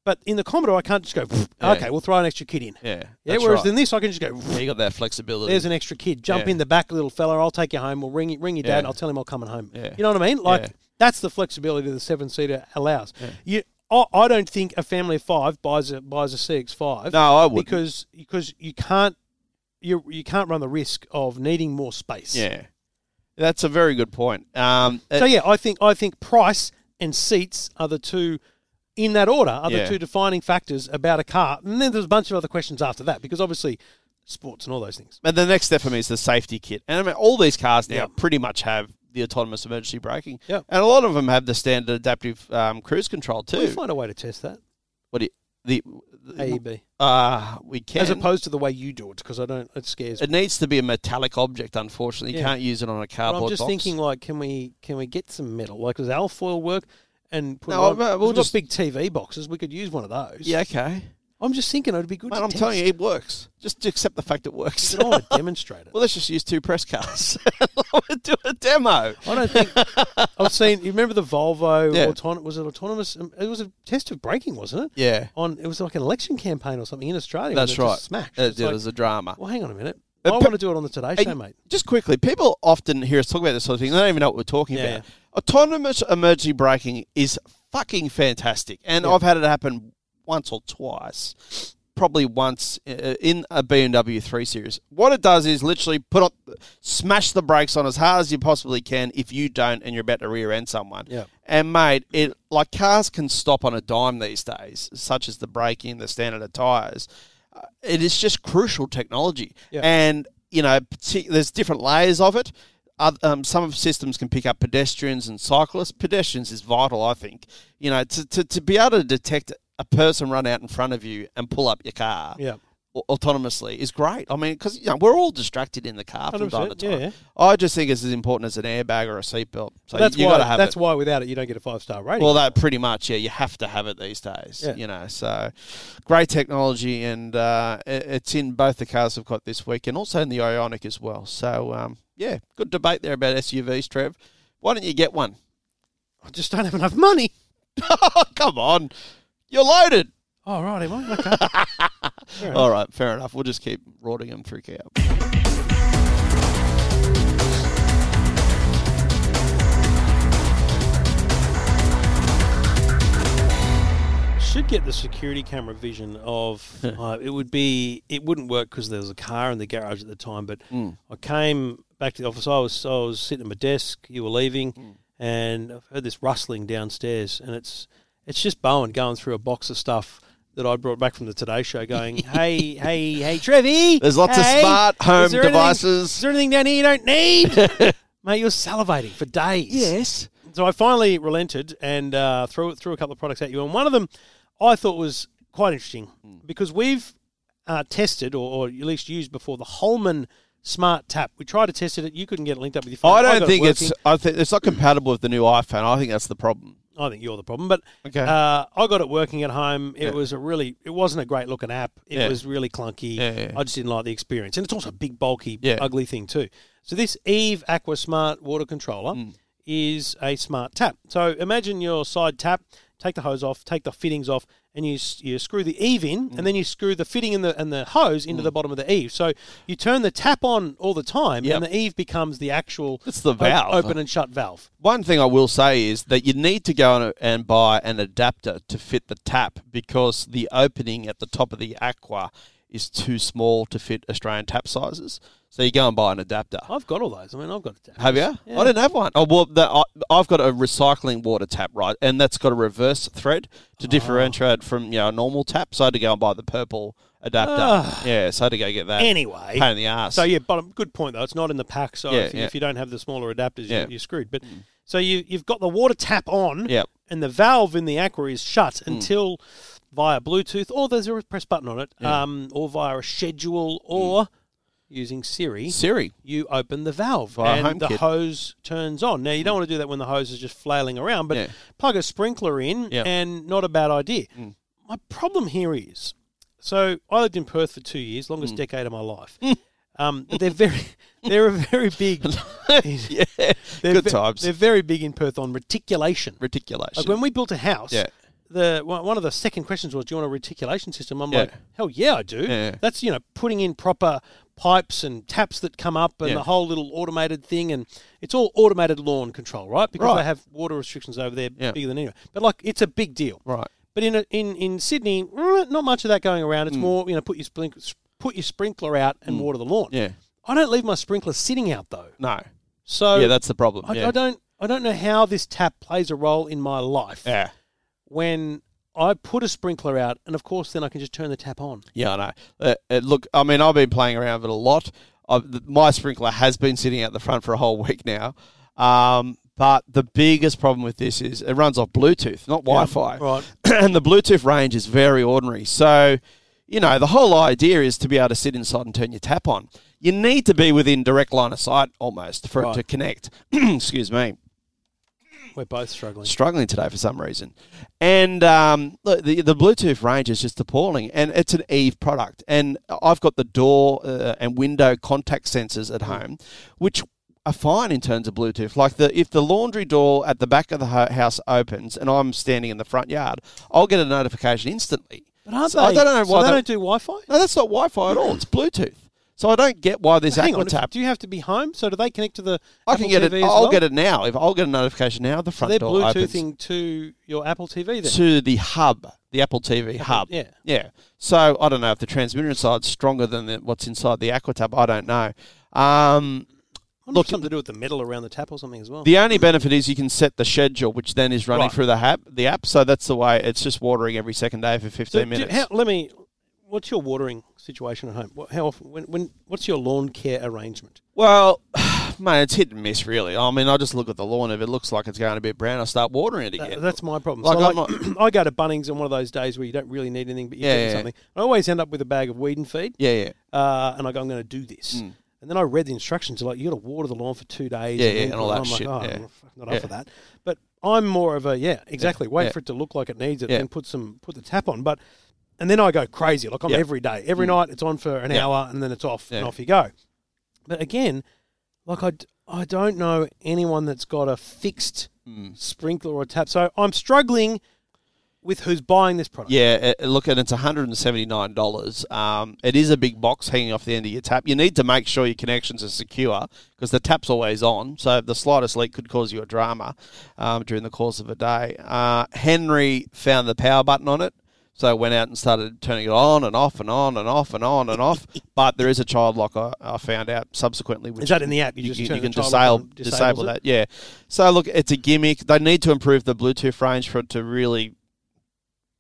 S5: But in the Commodore, I can't just go, okay, we'll throw an extra kid in.
S2: Yeah.
S5: Yeah,
S2: that's
S5: whereas
S2: right.
S5: in this, I can just go,
S2: Yeah, you got that flexibility.
S5: there's an extra kid. Jump
S2: Yeah.
S5: in the back, little fella. I'll take you home. We'll ring you, ring your dad.
S2: Yeah.
S5: And I'll tell him I'll come home.
S2: Yeah.
S5: You know what I mean? Like
S2: Yeah.
S5: that's the flexibility the seven seater allows. You, I, I don't think a family of five buys a buys a CX five.
S2: No, I wouldn't.
S5: because because you can't you you can't run the risk of needing more space.
S2: yeah. That's a very good point. Um,
S5: So yeah, I think I think price and seats are the two. In that order, are the
S2: Yeah.
S5: two defining factors about a car, and then there's a bunch of other questions after that because obviously, sports and all those things.
S2: And the next step for me is the safety kit. And I mean, all these cars now
S5: Yeah.
S2: pretty much have the autonomous emergency braking.
S5: Yeah.
S2: And a lot of them have the standard adaptive um, cruise control
S5: We
S2: too.
S5: find a way to test that
S2: What do you, the, the
S5: AEB.
S2: uh, we can.
S5: as opposed to the way you do it because I don't it scares me.
S2: it needs to be a metallic object. Unfortunately, you
S5: Yeah.
S2: can't use it on a
S5: But
S2: cardboard
S5: I'm just
S2: box.
S5: thinking like can we can we get some metal like does alfoil work and put
S2: No, well,
S5: no, we'll
S2: we'll
S5: just
S2: just-
S5: big TV boxes we could use one of those
S2: yeah, okay.
S5: I'm just thinking it'd be good
S2: Man,
S5: to
S2: I'm
S5: test.
S2: telling you, it works. Just accept the fact it works.
S5: I want to demonstrate it
S2: well, let's just use two press cars. We'll do a demo.
S5: I don't think I've seen you remember the Volvo
S2: Yeah.
S5: auton- was it autonomous um, it was a test of braking wasn't it
S2: Yeah,
S5: on it was like an election campaign or something in Australia
S2: that's
S5: when it
S2: right.
S5: Just smashed
S2: It,
S5: It's
S2: it
S5: like,
S2: was a drama.
S5: well hang on a minute
S2: Uh,
S5: I
S2: pe-
S5: want to do it on the Today
S2: Hey,
S5: Show mate
S2: Just quickly, people often hear us talk about this sort of thing. They don't even know what we're talking
S5: Yeah,
S2: about. Autonomous emergency braking is fucking fantastic, and I've had it happen once or twice. Probably once uh, in a BMW 3 Series. What it does is literally put on, smash the brakes on as hard as you possibly can. If you don't, and you're about to rear end someone,
S5: Yeah.
S2: and mate, it like cars can stop on a dime these days, such as the braking, the standard of tires. Uh, It is just crucial technology,
S5: Yeah.
S2: and you know partic- there's different layers of it. Oth- um, some of systems can pick up pedestrians and cyclists. Pedestrians is vital, I think. You know, to, to, to be able to detect a person run out in front of you and pull up your car
S5: yeah
S2: au- autonomously is great. I mean, because you know we're all distracted in the car from time to
S5: 100%,
S2: time.
S5: yeah, yeah.
S2: I just think it's as important as an airbag or a seatbelt. So
S5: that's
S2: you
S5: why
S2: got to have
S5: that's
S2: it.
S5: why without it you don't get a five star rating
S2: Well, that pretty much, yeah. You have to have it these days,
S5: Yeah.
S2: you know. So, great technology, and uh, i- it's in both the cars we've got this week, and also in the Ionic as well. So, um, yeah, good debate there about SUVs, Trev. Why don't you get one?
S5: I just don't have enough money
S2: Oh, come on, you're loaded.
S5: Oh, right, am I? Okay.
S2: All right, fair enough. We'll just keep rorting them through camp.
S5: Should get the security camera vision of uh, it would be it wouldn't work because there was a car in the garage at the time. But
S2: Hmm.
S5: I came back to the office. I was I was sitting at my desk. You were leaving,
S2: Hmm.
S5: and I've heard this rustling downstairs, and it's it's just Bowen going through a box of stuff. That I brought back from the Today Show, going, hey, hey, hey, Trevi.
S2: There's lots of
S5: hey,
S2: smart
S5: is
S2: home
S5: there anything-
S2: devices."
S5: Is there anything down here you don't need, mate? You're salivating for days.
S2: Yes.
S5: So I finally relented and uh, threw threw a couple of products at you, and one of them I thought was quite interesting
S2: Hmm.
S5: because we've uh, tested or, or at least used before the Holman Smart Tap. We tried to test it; you couldn't get it linked up with your phone.
S2: I
S5: got
S2: don't
S5: it
S2: think it's.
S5: working.
S2: I think it's not compatible with the new iPhone. I think that's the problem.
S5: I think you're the problem, but
S2: Okay.
S5: uh, I got it working at home. It
S2: Yeah.
S5: was a really. It wasn't a great looking app. It
S2: Yeah.
S5: was really clunky.
S2: Yeah, yeah.
S5: I just didn't like the experience, and it's also a big, bulky,
S2: Yeah.
S5: ugly thing too. So this Eve Aqua Smart Water Controller
S2: Hmm.
S5: is a smart tap. So imagine your side tap. Take the hose off. Take the fittings off. And you, s- you screw the Eve in,
S2: Hmm.
S5: and then you screw the fitting and the and the hose into the bottom of the Eve. So you turn the tap on all the time,
S2: Yep.
S5: and the Eve becomes the actual
S2: It's the
S5: o-
S2: valve.
S5: open and shut valve.
S2: One thing I will say is that you need to go and- and buy an adapter to fit the tap because the opening at the top of the aqua is too small to fit Australian tap sizes. So you go and buy an adapter.
S5: I've got all those. I mean, I've got. adapters.
S2: Have you?
S5: Oh, Yeah.
S2: I didn't have one. Oh well, the, I, I've got a recycling water tap, right, and that's got a reverse thread to
S5: Ah.
S2: differentiate from you know a normal tap. So I had to go and buy the purple adapter.
S5: Ah.
S2: yeah, so I had to go get that.
S5: Anyway,
S2: pain in the ass.
S5: So yeah, bottom good point though. It's not in the pack, so
S2: Yeah,
S5: if, you-
S2: yeah.
S5: if you don't have the smaller adapters,
S2: Yeah. Mm.
S5: you're, you're screwed. But so you you've got the water tap on,
S2: Yep. Mm.
S5: and the valve in the aqua is shut until via Bluetooth or there's a press button on it, um, or via a
S2: Mm.
S5: schedule or using Siri.
S2: Siri.
S5: You open the valve
S2: Via
S5: and the
S2: HomeKit.
S5: hose turns on. Now you don't want to do that when the hose is just flailing around, but
S2: Yeah.
S5: plug a sprinkler in,
S2: Yeah. Mm.
S5: and not a bad idea. My problem here is, so I lived in Perth for two years, longest
S2: Mm.
S5: decade of my life. Um, but they're very, they're a very big,
S2: yeah,
S5: they're
S2: good
S5: ve-
S2: times.
S5: They're very big in Perth on reticulation.
S2: Reticulation.
S5: Like when we built a house,
S2: Yeah.
S5: the one one of the second questions was, "Do you want a reticulation system?" I'm
S2: Yeah.
S5: like, "Hell yeah, I do."
S2: Yeah.
S5: That's you know putting in proper pipes and taps that come up and
S2: Yeah.
S5: the whole little automated thing, and it's all automated lawn control, right? Because
S2: Right.
S5: they have water restrictions over there
S2: Yeah.
S5: bigger than anywhere. But like, it's a big deal,
S2: Right.
S5: But in a, in in Sydney, mm, not much of that going around. It's
S2: Mm.
S5: more you know put your sprinkler put your sprinkler out and water the lawn.
S2: Yeah.
S5: I don't leave my sprinkler sitting out though,
S2: No.
S5: so
S2: yeah, that's the problem.
S5: I,
S2: yeah.
S5: I don't I don't know how this tap plays a role in my life
S2: yeah.
S5: when I put a sprinkler out, and of course, then I can just turn the tap on.
S2: Yeah, I know. Uh, uh, look, I mean, I've been playing around with it a lot. I've, th- my sprinkler has been sitting out the front for a whole week now. Um, but the biggest problem with this is it runs off Bluetooth, not Wi Fi.
S5: right.
S2: and the Bluetooth range is very ordinary. So, you know, the whole idea is to be able to sit inside and turn your tap on. You need to be within direct line of sight almost for
S5: Right.
S2: it to connect. Excuse me
S5: We're both struggling.
S2: struggling today for some reason. And um, look, the, the Bluetooth range is just appalling. And it's an Eve product. And I've got the door uh, and window contact sensors
S5: Mm.
S2: at home, which are fine in terms of Bluetooth. Like the if the laundry door at the back of the ho- house opens and I'm standing in the front yard, I'll get a notification instantly.
S5: But aren't
S2: So
S5: they?
S2: I don't know
S5: so
S2: why
S5: they
S2: that-
S5: don't do Wi-Fi.
S2: No, that's not Wi-Fi at all. It's Bluetooth. So I don't get why there's
S5: Hang on,
S2: AquaTap.
S5: do you have to be home? So do they connect to the?
S2: I can
S5: Apple
S2: get it.
S5: TV as
S2: I'll
S5: well?
S2: get it now. If I'll get a notification now, the
S5: So
S2: front
S5: they're
S2: door opens.
S5: Bluetoothing to your Apple TV then.
S2: to the hub, the Apple TV hub.
S5: yeah.
S2: yeah. So I don't know if the transmitter inside's stronger than the, what's inside the Aquatub. I don't know. Um,
S5: Look, something to do with the metal around the tap or something as well.
S2: the only benefit is you can set the schedule, which then is running
S5: Right.
S2: through the app. The app. So that's the way. It's just watering every second day for
S5: So
S2: fifteen
S5: do-
S2: minutes.
S5: how- let me. What's your watering situation at home? What, how often? When, when? What's your lawn care arrangement?
S2: well, mate, it's hit and miss, really. I mean, I just look at the lawn. If it looks like it's going a bit brown, I start watering it
S5: That-
S2: again.
S5: that's my problem.
S2: Like,
S5: so
S2: I'm
S5: like, I go to Bunnings on one of those days where you don't really need anything, but you're
S2: Yeah,
S5: getting
S2: yeah.
S5: something. I always end up with a bag of weed and feed.
S2: yeah, yeah.
S5: uh, and I go, I'm going to do this. And then I read the instructions, like you got to water the lawn for two days,
S2: Hmm. Yeah, yeah, and
S5: then-
S2: all that
S5: I'm
S2: shit,
S5: Like, oh,
S2: yeah.
S5: I'm fuck- not
S2: Yeah.
S5: up for that. But I'm more of a yeah, exactly. Wait
S2: yeah.
S5: for it to look like it needs it,
S2: Yeah.
S5: and put some put the tap on. But and then I go crazy, like I'm
S2: Yeah. Hmm.
S5: every day, every night it's on for an
S2: Yeah.
S5: hour, and then it's off and
S2: Yeah.
S5: off you go. But again, like I, d- I don't know anyone that's got a fixed
S2: Hmm.
S5: sprinkler or tap, so I'm struggling with who's buying this product.
S2: Yeah, uh, look, and it's one hundred and seventy nine dollars. Um, it is a big box hanging off the end of your tap. You need to make sure your connections are secure because the tap's always on. So the slightest leak could cause you a drama um, during the course of a day. Uh, Henry found the power button on it. So went out and started turning it on and off and on and off and on and off. But there is a child lock I, I found out subsequently. Which
S5: Is that in the app? You
S2: You,
S5: just
S2: can-
S5: turn
S2: you
S5: the
S2: can
S5: child
S2: disable,
S5: lock on, disables
S2: disable
S5: it?
S2: that. Yeah. So look, it's a gimmick. They need to improve the Bluetooth range for it to really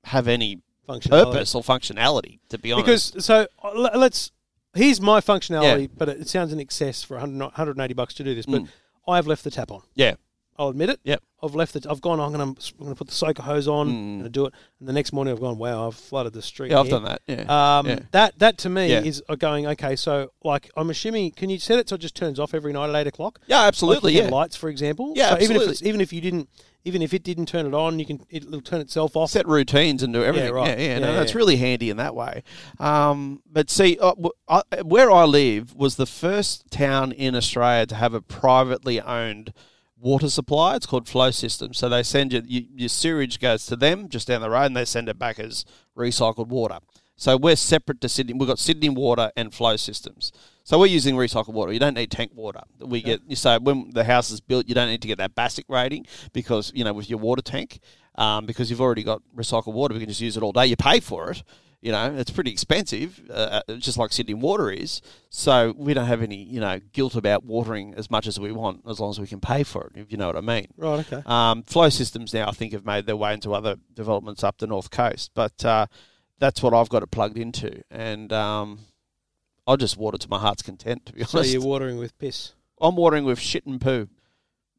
S2: have any
S5: Functionality.
S2: purpose or functionality, to be honest.
S5: Because so uh, le- let's here's my functionality,
S2: Yeah.
S5: but it sounds in excess for 100, 180 bucks to do this. But I have left the tap on.
S2: yeah,
S5: I'll admit it.
S2: Yep.
S5: I've left it. I've gone. I'm going to I'm going to put the soaker hose on and I do it. And the next morning, I've gone. Wow, I've flooded the street.
S2: Mm. yeah, I've
S5: here."
S2: done that. Yeah,
S5: Um,
S2: Yeah.
S5: that that to me
S2: Yeah.
S5: is uh, going okay. So like, I'm assuming can you set it so it just turns off every night at eight o'clock?
S2: yeah absolutely.
S5: Like you can
S2: Yeah,
S5: lights for example.
S2: Yeah,
S5: so even if
S2: absolutely.
S5: it's, even if you didn't, even if it didn't turn it on, you can it, it'll turn itself off.
S2: set routines and do everything. Yeah,
S5: right.
S2: yeah,
S5: Yeah,
S2: no,
S5: yeah,
S2: that's
S5: yeah.
S2: really handy in that way. Um, but see, uh, w- I, where I live was the first town in Australia to have a privately owned water supply. It's called Flow System. So they send you, you your sewage goes to them just down the road, and they send it back as recycled water. So we're separate to Sydney. We've got Sydney Water and Flow Systems. So we're using recycled water. You don't need tank water. We get so when the house is built, you don't need to get that basic rating because you know with your water tank, um, because you've already got recycled water, we can just use it all day. You pay for it. You know, it's pretty expensive, uh, uh, just like Sydney water is. So we don't have any, you know, guilt about watering as much as we want, as long as we can pay for it. If you know what I mean.
S5: Right, okay.
S2: Um, flow systems now, I think, have made their way into other developments up the north coast, but uh, that's what I've got it plugged into, and um, I just water to my heart's content. To be honest,
S5: So you're watering with piss.
S2: I'm watering with shit and poo.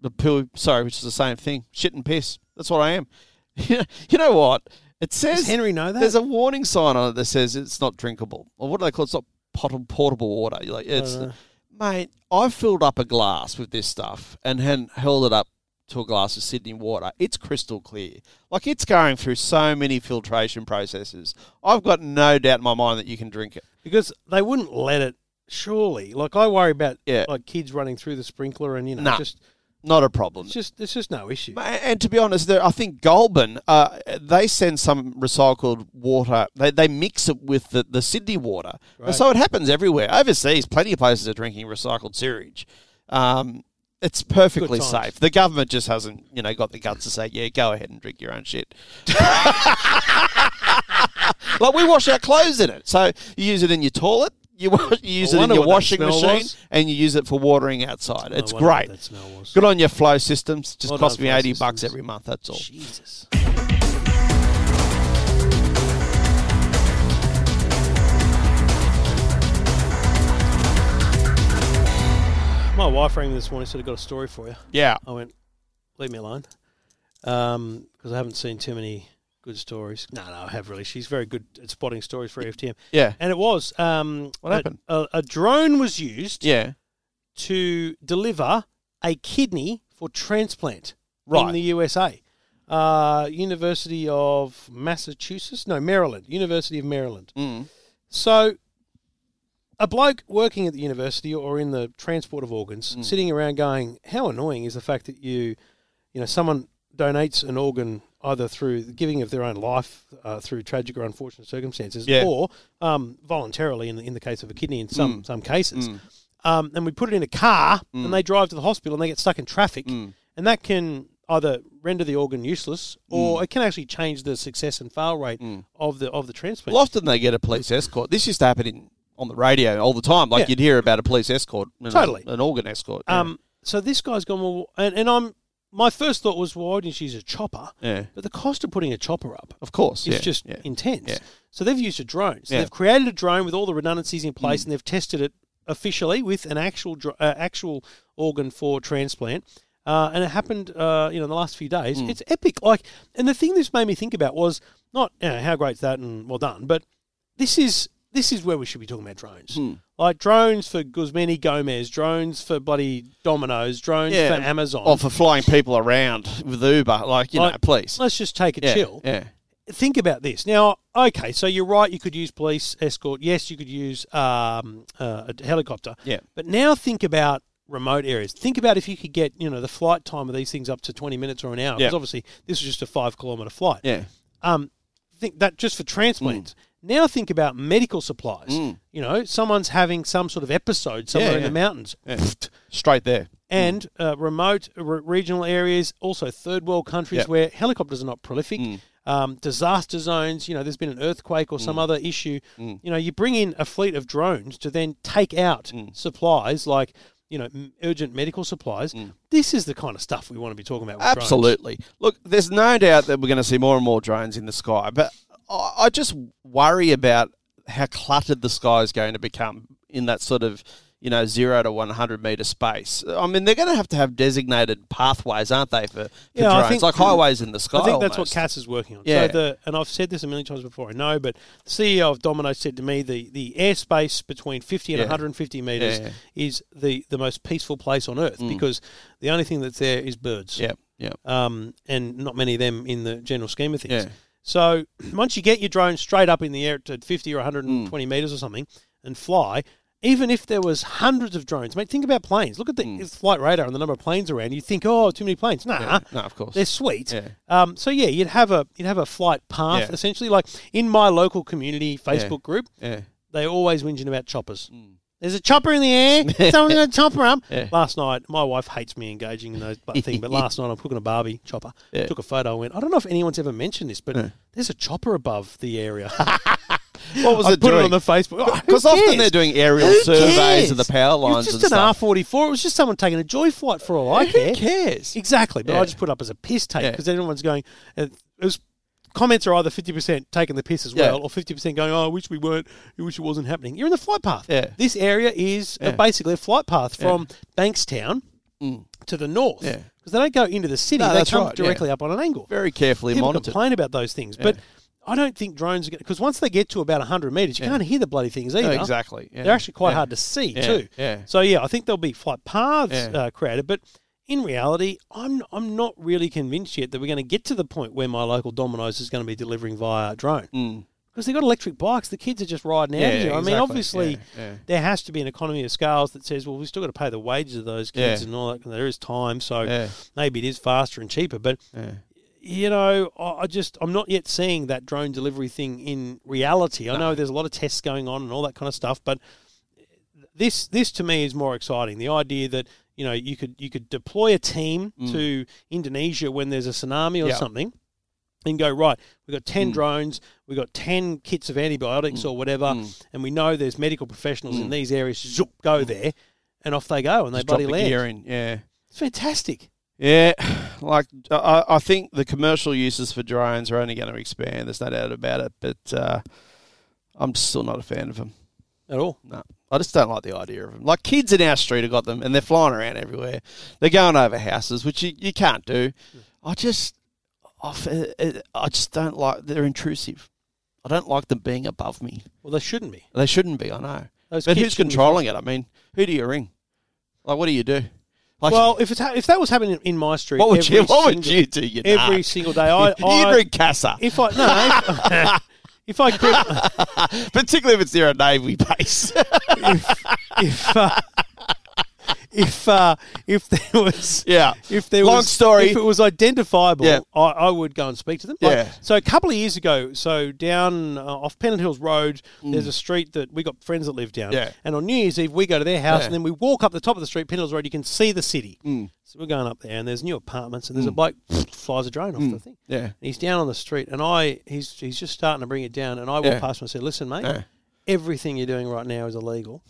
S2: The poo, sorry, which is the same thing. Shit and piss. That's what I am. you know what? It says
S5: Does Henry know that?
S2: there's a warning sign on it that says it's not drinkable. Or what do they call it? It's not pot- portable water. You're like, it's,
S5: know.
S2: mate, I filled up a glass with this stuff and then held it up to a glass of Sydney water. It's crystal clear. Like, it's going through so many filtration processes. I've got no doubt in my mind that you can drink it.
S5: because they wouldn't let it. Surely, like I worry about
S2: Yeah.
S5: like kids running through the sprinkler and you know
S2: Nah.
S5: just
S2: Not a problem.
S5: it's just there's just no issue.
S2: Ma- And to be honest, there, I think Goulburn, uh, they send some recycled water. They, they mix it with the, the Sydney water. And so it happens everywhere. Overseas, plenty of places are drinking recycled sewage. Um, it's perfectly
S5: Good times.
S2: safe. The government just hasn't, you know, got the guts to say, yeah, go ahead and drink your own shit. like we wash our clothes in it. So you use it in your toilet. You, wa- you use it
S5: I
S2: in
S5: wonder
S2: your
S5: what that
S2: washing
S5: smell
S2: machine,
S5: was.
S2: and you use it for watering outside. It's
S5: wonder what
S2: great.
S5: that smell was.
S2: Good on your flow systems. Just
S5: Well
S2: cost
S5: done,
S2: me
S5: Flow
S2: eighty bucks
S5: Systems.
S2: every month. That's all.
S5: Jesus. My wife rang me this morning and said, I've got a story for you.
S2: Yeah.
S5: I went, leave me alone. Because I haven't seen too many good stories. No, no, I have really. She's very good at spotting stories for EFTM.
S2: Yeah.
S5: And it was. Um,
S2: What
S5: a-
S2: happened?
S5: A, a drone was used
S2: Yeah.
S5: to deliver a kidney for transplant
S2: Right.
S5: in the USA. Uh, University of Massachusetts, no Maryland, University of Maryland.
S2: Mm.
S5: So, a bloke working at the university or in the transport of organs,
S2: Mm.
S5: sitting around going, "How annoying is the fact that you, you know, someone donates an organ either through the giving of their own life uh, through tragic or unfortunate circumstances,
S2: Yeah.
S5: or um, voluntarily in the, in the case of a kidney in
S2: Mm.
S5: some some cases." um, and we put it in a car and they drive to the hospital and they get stuck in traffic
S2: Mm.
S5: and that can either render the organ useless
S2: Mm.
S5: or it can actually change the success and fail rate of the of the transplant.
S2: Well, often they get a police escort. This used to happen in, on the radio all the time. Like
S5: Yeah.
S2: you'd hear about a police escort, and
S5: Totally.
S2: an organ escort. Yeah.
S5: um, so this guy's gone well, and, and I'm my first thought was why didn't she use a chopper?
S2: Yeah.
S5: But the cost of putting a chopper up
S2: of course,
S5: is
S2: yeah,
S5: just
S2: yeah.
S5: intense.
S2: Yeah.
S5: So they've used a drone. So
S2: Yeah. Mm.
S5: they've created a drone with all the redundancies in place, and they've tested it officially with an actual dr- uh, actual organ for transplant. Uh, and it happened, uh, you know, in the last few days.
S2: Mm.
S5: It's epic. Like, and the thing this made me think about was not you know, how great's that and well done, but this is this is where we should be talking about drones.
S2: Hmm.
S5: Like drones for Guzmany Gomez, drones for bloody Domino's, drones
S2: Yeah.
S5: for Amazon.
S2: or for flying people around with Uber, like you know,
S5: Like,
S2: police.
S5: Let's just take a
S2: yeah,
S5: chill
S2: Yeah.
S5: think about this now. Okay, so you're right. You could use police escort. Yes, you could use um, uh, a helicopter.
S2: Yeah.
S5: But now think about remote areas. Think about if you could get you know the flight time of these things up to 20 minutes or an hour. Because
S2: Yeah.
S5: obviously this is just a five kilometer flight.
S2: Yeah. Mm.
S5: Um, think that just for transplants. Now think about medical supplies. You know, someone's having some sort of episode somewhere
S2: Yeah,
S5: in
S2: Mm. yeah.
S5: the mountains.
S2: Straight there.
S5: and uh, remote re- regional areas, also third world countries
S2: Yep. Mm.
S5: where helicopters are not prolific. Um, disaster zones, you know, there's been an earthquake or some
S2: Mm.
S5: other issue. You know, you bring in a fleet of drones to then take out
S2: Mm.
S5: supplies like, you know, m- urgent medical supplies. This is the kind of stuff we want to be talking about. With drones.
S2: Mm. Absolutely. Look, there's no doubt that we're going to see more and more drones in the sky, but I, I just worry about how cluttered the sky is going to become in that sort of you know zero to one hundred meter space. I mean, they're going to have to have designated pathways, aren't they, for, for
S5: Yeah, I
S2: drones,
S5: think-
S2: like highways in the sky.
S5: I think that's
S2: almost.
S5: what Cass is working on.
S2: Yeah.
S5: So the, and I've said this a million times before, I know, but the CEO of Domino said to me the, the airspace between 50 and
S2: Yeah.
S5: 150 metres
S2: Yeah, Mm.
S5: is the, the most peaceful place on earth because the only thing that's there is birds.
S2: Yeah, yeah,
S5: Um, and not many of them in the general scheme of things.
S2: Yeah.
S5: So once you get your drone straight up in the air at 50 or
S2: Mm.
S5: 120 metres or something and fly, even if there was hundreds of drones, mate, think about planes. Look at the
S2: Mm.
S5: flight radar and the number of planes around. You think, oh, too many planes. Nah,
S2: no, of course.
S5: they're sweet.
S2: Yeah.
S5: Um, so yeah, you'd have a you'd have a flight path
S2: Yeah.
S5: essentially. Like in my local community Facebook
S2: Yeah.
S5: group,
S2: Yeah,
S5: they always whinging about choppers. There's a chopper in the air. Someone's going to chopper up.
S2: Mm. Yeah.
S5: Last night, my wife hates me engaging in those but thing. But last night, I'm cooking a barbie chopper.
S2: Yeah.
S5: Took a photo. and Went. I don't know if anyone's ever mentioned this, but there's a chopper above the area.
S2: What was
S5: I
S2: it
S5: put
S2: doing?
S5: it on the Facebook
S2: Because Oh, often they're
S5: doing.
S2: doing aerial
S5: Who
S2: surveys
S5: cares?
S2: of the power
S5: It
S2: lines
S5: was just
S2: and
S5: an
S2: stuff.
S5: R44. It was just someone taking a joy flight for all I
S2: Who
S5: care.
S2: cares?
S5: Exactly. But
S2: Yeah.
S5: I just put it up as a piss take
S2: Yeah.
S5: because everyone's going. uh, It was comments are either fifty percent taking the piss as
S2: Yeah.
S5: well, or fifty percent going, "Oh, I wish we weren't. I wish it wasn't happening." You're in the flight path.
S2: Yeah.
S5: This area is uh
S2: Yeah. Mm.
S5: basically a flight path from Bankstown to the north.
S2: Yeah.
S5: Because they don't go into the city;
S2: No,
S5: they
S2: that's
S5: come
S2: right, yeah.
S5: directly up on an angle.
S2: Very carefully
S5: People
S2: monitored.
S5: complain about those things, but I don't think drones are going because once they get to about hundred meters, you can't hear the bloody things either.
S2: exactly, yeah.
S5: They're actually quite
S2: Yeah.
S5: hard to see
S2: Yeah,
S5: too.
S2: yeah.
S5: So yeah, I think there'll be flight paths
S2: Yeah.
S5: uh, created, but in reality, I'm I'm not really convinced yet that we're going to get to the point where my local Domino's is going to be delivering via drone. Because they've got electric bikes, the kids are just riding
S2: Mm.
S5: out
S2: Yeah,
S5: of here. I
S2: exactly.
S5: mean, obviously,
S2: Yeah, yeah.
S5: there has to be an economy of scales that says, well, we've still got to pay the wages of those kids
S2: Yeah.
S5: and all that. And there is time, so
S2: Yeah.
S5: maybe it is faster and cheaper. But you know, I I just I'm not yet seeing that drone delivery thing in reality. I know there's a lot of tests going on and all that kind of stuff, but this this to me is more exciting. The idea that you know you could you could deploy a team to Indonesia when there's a tsunami or
S2: Mm. Yeah. Mm.
S5: something, and go right. We've got ten drones, we've got ten kits of antibiotics or whatever,
S2: Mm.
S5: and we know there's medical professionals in these areas. Zoop, go there, and off they go, and they
S2: Just drop
S5: bloody
S2: the
S5: land.
S2: gear in. Yeah.
S5: It's fantastic.
S2: Yeah, like I- I, I think the commercial uses for drones are only going to expand. There's no doubt about it. But uh, I'm still not a fan of them.
S5: At all,
S2: No, I just don't like the idea of them. Like kids in our street have got them, and they're flying around everywhere. They're going over houses, which you, you can't do. I just, I, f- eh, I just don't like. They're intrusive. I don't like them being above me.
S5: well, they shouldn't be.
S2: They shouldn't be. I know.
S5: Those
S2: but
S5: kids
S2: who's
S5: shouldn't be
S2: controlling it? I mean, who do you ring? Like, what do you do? Like,
S5: Well, if it's ha- if that was happening in my street,
S2: what would
S5: every
S2: you? What would
S5: single-
S2: you do? You
S5: every
S2: narc?
S5: single day? I, I
S2: You'd ring Casa,
S5: if I no, if, if I could,
S2: particularly if it's near a navy base.
S5: if uh, if uh, if there was
S2: yeah.
S5: if there
S2: Long
S5: was,
S2: story.
S5: if it was identifiable,
S2: Yeah.
S5: I, I would go and speak to them. Like,
S2: Yeah.
S5: So a couple of years ago, so down uh, off Pennant Hills Road, there's a street that we got friends that live down.
S2: Mm. Yeah.
S5: And on New Year's Eve, we go to their
S2: Yeah.
S5: house
S2: Mm.
S5: and then we walk up the top of the street, Pennant Hills Road. You can see the city. So we're going up there, and there's new apartments, and there's a bloke flies a drone off the thing.
S2: Mm. Yeah.
S5: And he's down on the street, and I he's he's just starting to bring it down, and I walk
S2: Yeah.
S5: past him and say, "Listen, mate."
S2: Yeah.
S5: Everything you're doing right now is illegal.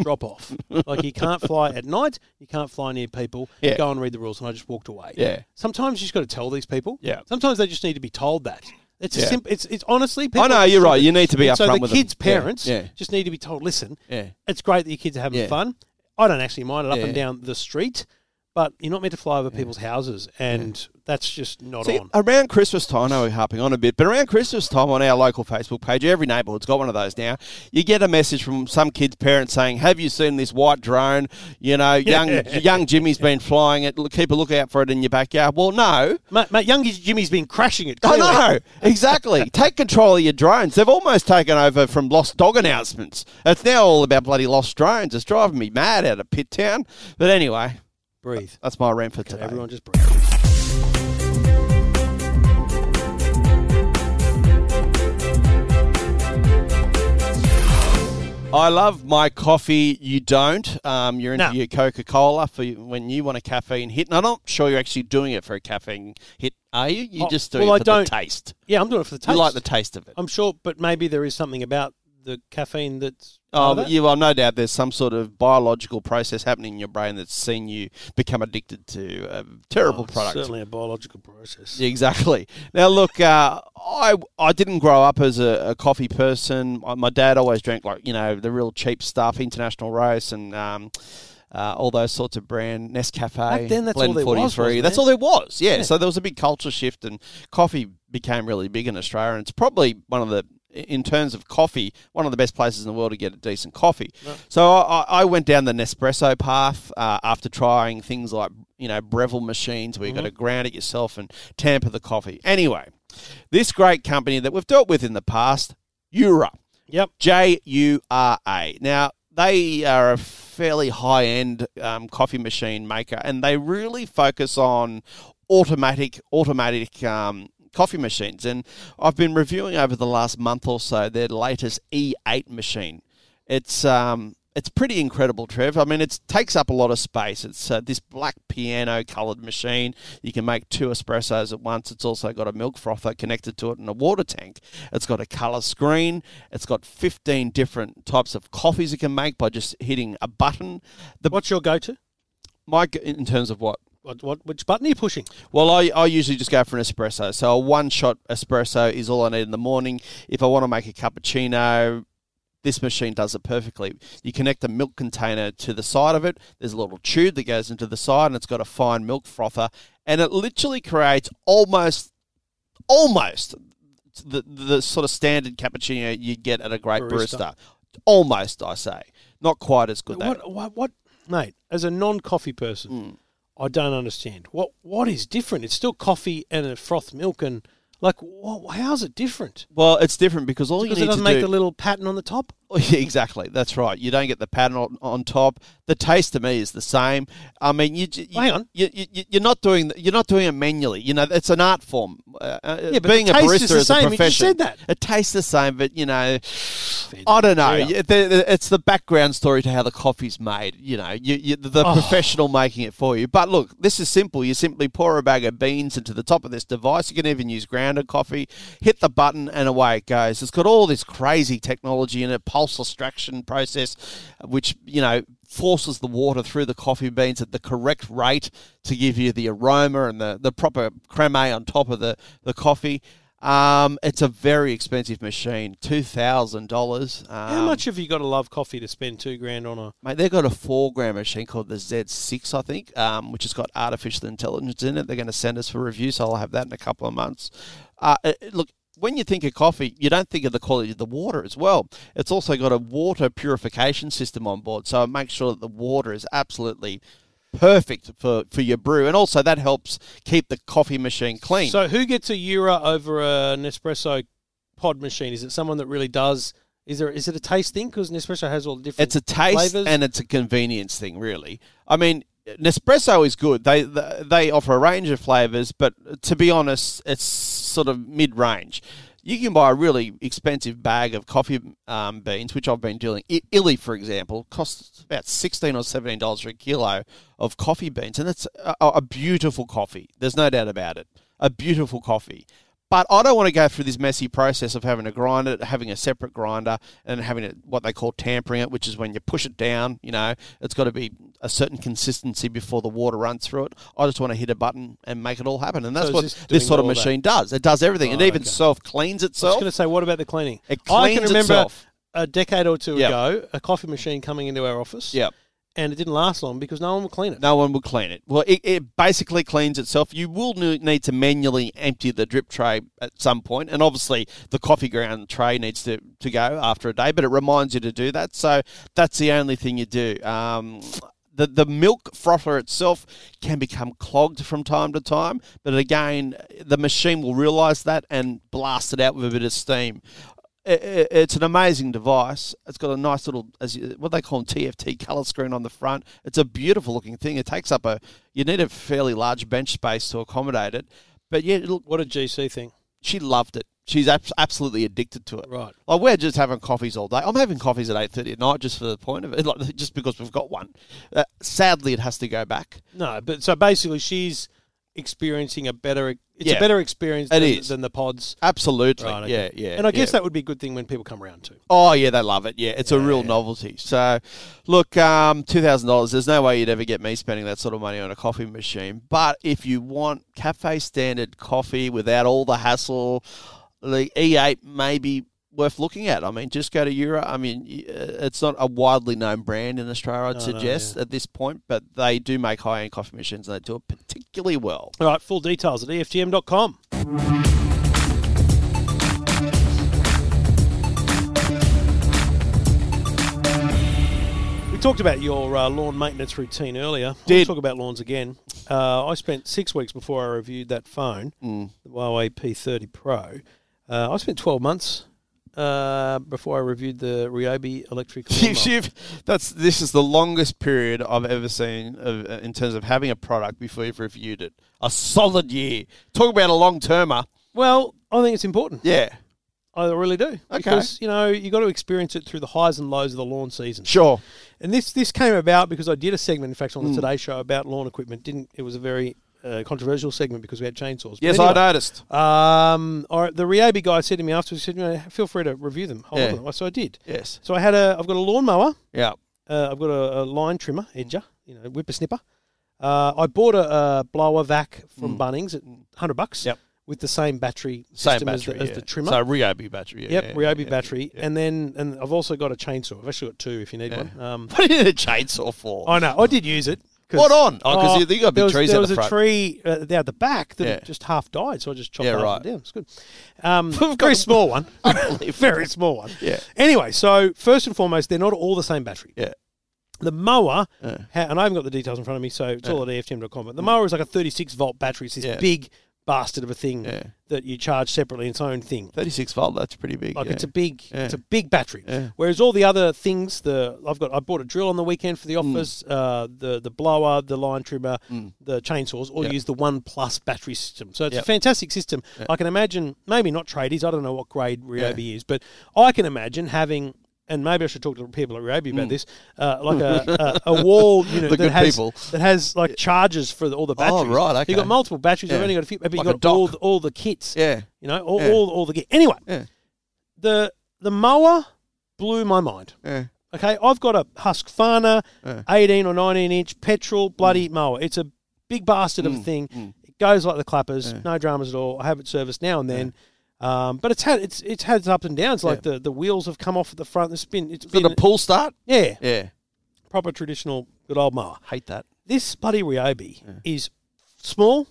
S5: Drop off. Like you can't fly at night. You can't fly near people.
S2: Yeah.
S5: Go and read the rules. And I just walked away.
S2: Yeah.
S5: Sometimes you just got to tell these people.
S2: Yeah.
S5: Sometimes they just need to be told that. It's
S2: Yeah.
S5: a simple. It's it's honestly. People
S2: I know you're right.
S5: stupid.
S2: You need to be
S5: And
S2: upfront
S5: so the
S2: with
S5: kids'
S2: them. Yeah,
S5: parents
S2: Yeah.
S5: just need to be told. Listen,
S2: Yeah.
S5: it's great that your kids are having
S2: Yeah.
S5: fun. I don't actually mind it up
S2: Yeah.
S5: and down the street, but you're not meant to fly over people's houses, and that's just not
S2: See, uh
S5: on.
S2: around Christmas time, I know we're harping on a bit, but around Christmas time on our local Facebook page, every neighbourhood's got one of those now. You get a message from some kid's parents saying, "Have you seen this white drone? You know, young young Jimmy's been flying it. Look- Keep a lookout for it in your backyard." Well, no,
S5: Mate, mate, young Jimmy's been crashing it.
S2: I
S5: clearly.
S2: know exactly. Take control of your drones. They've almost taken over from lost dog announcements. It's now all about bloody lost drones. It's driving me mad out of Pitt Town. But anyway,
S5: Breathe.
S2: that's my rant for today.
S5: Everyone just breathe.
S2: I love my coffee. You don't. Um, you're into
S5: No.
S2: your Coca Cola for when you want a caffeine hit. And I'm not sure you're actually doing it for a caffeine hit, are you? You
S5: Oh,
S2: just do
S5: well,
S2: it
S5: I
S2: for
S5: don't-
S2: the taste.
S5: Yeah, I'm doing it for the taste.
S2: You like the taste of it.
S5: I'm sure, but maybe there is something about the caffeine that's.
S2: Oh,
S5: part of that.
S2: yeah, well, no doubt there's some sort of biological process happening in your brain that's seen you become addicted to a terrible
S5: It's
S2: product.
S5: Certainly a biological process.
S2: Yeah, Exactly. Now, look, uh, I I didn't grow up as a, a coffee person. My- My dad always drank like you know the real cheap stuff, International Roast, and um, uh, all those sorts of brand Nescafe.
S5: Back then, that's all
S2: Blend
S5: there was,
S2: 43.
S5: wasn't
S2: That's
S5: there?
S2: all there was. Yeah. So there was a big culture shift, and coffee became really big in Australia. And it's probably one of the in terms of coffee, one of the best places in the world to get a decent coffee. So I, I went down the Nespresso path uh, after trying things like you know Breville machines, where you've
S5: Mm-hmm.
S2: got to ground it yourself and tamper the coffee. Anyway, this great company that we've dealt with in the past, Ura.
S5: Yep.
S2: J U R A. Now, they are a fairly high end um, coffee machine maker and they really focus on automatic, automatic. Um, Coffee machines, and I've been E reviewing over the last month or so their latest E8 machine. It's um, it's pretty incredible, Trev. I mean, it takes up a lot of space. It's uh, this black piano coloured machine. You can make two espressos at once. It's also got a milk frother connected to it and a water tank. It's got a colour screen. It's got 15 different types of coffees you can make by just hitting a button. The
S5: What's your go-to?
S2: Mike, in terms of what?
S5: What, what which button are you pushing?
S2: Well, I, I usually just go for an espresso. So a one shot espresso is all I need in the morning. If I want to make a cappuccino, this machine does it perfectly. You connect a milk container to the side of it. There's a little tube that goes into the side, and it's got a fine milk frother, and it literally creates almost, almost the the sort of standard cappuccino you get at a great
S5: Barista.
S2: barista. Almost, I say, not quite as good. though.
S5: What, what what mate? As a non-coffee person,
S2: Hmm.
S5: I don't understand. What what is different? It's still coffee and a froth milk and like wha how's it different?
S2: Well, it's different because all
S5: Because
S2: you
S5: it
S2: need to
S5: doesn't make
S2: do
S5: the little pattern on the top.
S2: Oh, yeah, exactly. That's right. You don't get the pattern on, on top. The taste to me is the same. I mean, you, j- you
S5: Hang on.
S2: You, you, you're not doing you're not doing it manually. You know, it's an art form. Uh, yeah,
S5: but the
S2: being a
S5: taste
S2: barista
S5: is the same.
S2: a
S5: You just
S2: profession.
S5: said that.
S2: It tastes the same, but you know, I don't know.
S5: Yeah.
S2: It- the- the- It's the background story to how the coffee's made. You know, you, you, the professional making it for you. But look, this is simple. You simply pour a bag of beans into the top of this device. You can even use grounded coffee. Hit the button, and away it goes. It's got all this crazy technology in it, pulse extraction process, which you know forces the water through the coffee beans at the correct rate to give you the aroma and the, the proper creme on top of the, the coffee. Um, it's a very expensive machine, two thousand dollars. Um,
S5: How much have you got to love coffee to spend two grand on a?
S2: Mate, they've got a four gram machine called the Z6, I think, um, which has got artificial intelligence in it. They're going to send us for review, so I'll have that in a couple of months. Uh, it- it- look, when you think of coffee, you don't think of the quality of the water as well. It's also got a water purification system on board, so it makes sure that the water is absolutely perfect for, for your brew. And also, that helps keep the coffee machine clean.
S5: So who gets a euro over an espresso pod machine? Is it someone that really does? Is there is it a taste thing? Because Nespresso has all the different.
S2: It's a taste
S5: flavors.
S2: and it's a convenience thing, really. I mean, Nespresso is good. They th- they offer a range of flavors, but to be honest, it's sort of mid range. You can buy a really expensive bag of coffee um, beans, which I've been dealing. I- Illy, for example, costs about sixteen or seventeen dollars for a kilo of coffee beans, and it's a, a beautiful coffee. There's no doubt about it. A beautiful coffee. But I don't want to go through this messy process of having to grind it, having a separate grinder, and having it, what they call tampering it, which is when you push it down. You know, it's got to be a certain consistency before the water runs through it. I just want to hit a button and make it all happen, and that's
S5: is
S2: what
S5: this
S2: this,
S5: doing
S2: sort of
S5: all that? Oh,
S2: machine does. It does everything. it even self cleans
S5: I was
S2: itself.
S5: going to say, what about the cleaning?
S2: It
S5: I can
S2: cleans
S5: remember
S2: itself.
S5: a decade or two
S2: Yeah.
S5: ago, a coffee machine coming into our office.
S2: Yeah.
S5: and it didn't last long because no one would clean it.
S2: No one will clean it. Well, it, it basically cleans itself. You will ne- need to manually empty the drip tray at some point, and obviously the coffee ground tray needs to, to go after a day. But it reminds you to do that, so that's the only thing you do. Um, the the milk frother itself can become clogged from time to time, but again, the machine will realise that and blast it out with a bit of steam it, it- it's an amazing device. It's got a nice little, as you, what they call them, TFT color screen on the front. It's a beautiful looking thing. It takes up a, you need a fairly large bench space to accommodate it. But yeah, look,
S5: What a GC thing.
S2: she loved it. She's abs- absolutely addicted to it.
S5: Right.
S2: Like we're just having coffees all day. I'm having coffees at eight thirty at night just for the point of it, like, just because we've got one. Uh, sadly, it has to go back.
S5: No, but so basically, she's experiencing a better. e, It's a
S2: Yeah.
S5: better experience
S2: It
S5: than,
S2: is.
S5: than the pods.
S2: Absolutely.
S5: Right, okay.
S2: Yeah, yeah.
S5: And I guess
S2: yeah.
S5: that would be a good thing when people come around too.
S2: Oh yeah, they love it. Yeah, it's a real novelty. So, look, um, two thousand dollars. There's no way you'd ever get me spending that sort of money on a coffee machine. But if you want cafe standard coffee without all the hassle, the E8 may be worth looking at. I mean, just go to Europe. I mean, y- uh, it's not a widely known brand in Australia, I'd
S5: No, no,
S2: suggest at this point, but they do make high end coffee machines and they do it particularly well.
S5: All right, full details at E EFTM.com. We talked about your uh, lawn maintenance routine earlier. We'll
S2: Did.
S5: talk about lawns again. Uh, I spent six weeks before I reviewed that phone,
S2: Mm.
S5: the Huawei P30 Pro. Uh, I spent 12 months uh, before I reviewed the Ryobi electric. lawnmower.
S2: You've, you've, that's this is the longest period I've ever seen of, uh, in terms of having a product before you've reviewed it. A solid year. Talk about a long termer.
S5: well, I think it's important.
S2: Yeah.
S5: I really do.
S2: Okay.
S5: Because, you know, you got to experience it through the highs and lows of the lawn season.
S2: Sure.
S5: And this this came about because I did a segment, in fact, on
S2: Hmm.
S5: the Today Show about lawn equipment. Didn't it was a very uh, controversial segment because we had chainsaws. But
S2: Yes,
S5: anyway,
S2: I noticed.
S5: Um, all right, the Ryobi guy said to me afterwards, he said, you know, feel free to review them. Hold
S2: Yeah.
S5: on to them. So I did.
S2: Yes.
S5: So I had a, I've got a lawnmower.
S2: Yeah.
S5: Uh, I've got a, a line trimmer,
S2: Hmm.
S5: edger, you know, whipper snipper. Uh, I bought a, uh blower vac from Bunnings at 100 bucks.
S2: Hmm. Yep.
S5: With the same battery
S2: Same
S5: system
S2: battery
S5: as, the, as
S2: yeah.
S5: the trimmer.
S2: So Ryobi battery. Yeah,
S5: yep,
S2: yeah,
S5: Ryobi
S2: yeah,
S5: battery.
S2: yeah.
S5: And then, and I've also got a chainsaw. I've actually got two if you need one. Um,
S2: What do you need a chainsaw for?
S5: I know. I did use it. 'cause-
S2: What on? Oh, 'cause you- you got big
S5: there was,
S2: trees
S5: There
S2: out
S5: was
S2: the
S5: a
S2: front.
S5: tree uh, out the back that
S2: Yeah.
S5: just half died, so I just chopped
S2: Yeah,
S5: it
S2: right.
S5: right. down. It's good. Um,
S2: got
S5: very
S2: a-
S5: small one. very small one.
S2: Yeah.
S5: Anyway, so first and foremost, they're not all the same battery.
S2: Yeah.
S5: The mower, ha- and I haven't got the details in front of me, so it's all at E EFTM.com, but the mower is like a 36 volt battery. It's this
S2: Yeah.
S5: big bastard of a thing
S2: Yeah.
S5: that you charge separately in its own thing.
S2: Thirty-six volt. That's pretty big.
S5: Like
S2: yeah.
S5: it's a big,
S2: Yeah.
S5: it's a big battery.
S2: Yeah.
S5: Whereas all the other things, the I've got, I bought a drill on the weekend for the
S2: Mm.
S5: office, uh, the the blower, the line trimmer, the chainsaws, all
S2: Yeah.
S5: use the One Plus battery system. So it's
S2: Yep.
S5: a fantastic system. I can imagine, maybe not tradies. I don't know what grade Ryobi is, but I can imagine having. And maybe I should talk to people at Ryobi about this, uh, like a, a, a wall
S2: Mm.
S5: unit
S2: The
S5: that
S2: good
S5: has
S2: people. Oh,
S5: that has like chargers for all the batteries.
S2: right,
S5: You've
S2: okay.
S5: got multiple batteries. I've
S2: Yeah.
S5: only got a few, but
S2: Like a
S5: you've got all
S2: dock.
S5: the, all the kits.
S2: yeah.
S5: You know, all
S2: Yeah.
S5: all, all the gear. Anyway,
S2: Yeah.
S5: the the mower blew my mind.
S2: Yeah.
S5: Okay, I've got a Husqvarna,
S2: Yeah. Mm.
S5: eighteen or nineteen inch petrol bloody mower. It's a big bastard of a thing. It goes like the clappers, no dramas at all. I have it serviced now and then. Um, but it's had it's it's had its ups and downs. Like the, the wheels have come off at the front. It's been it's
S2: Is
S5: been
S2: it a pull start?
S5: yeah
S2: Yeah.
S5: proper traditional good old mower.
S2: Hate that.
S5: This bloody Ryobi is small,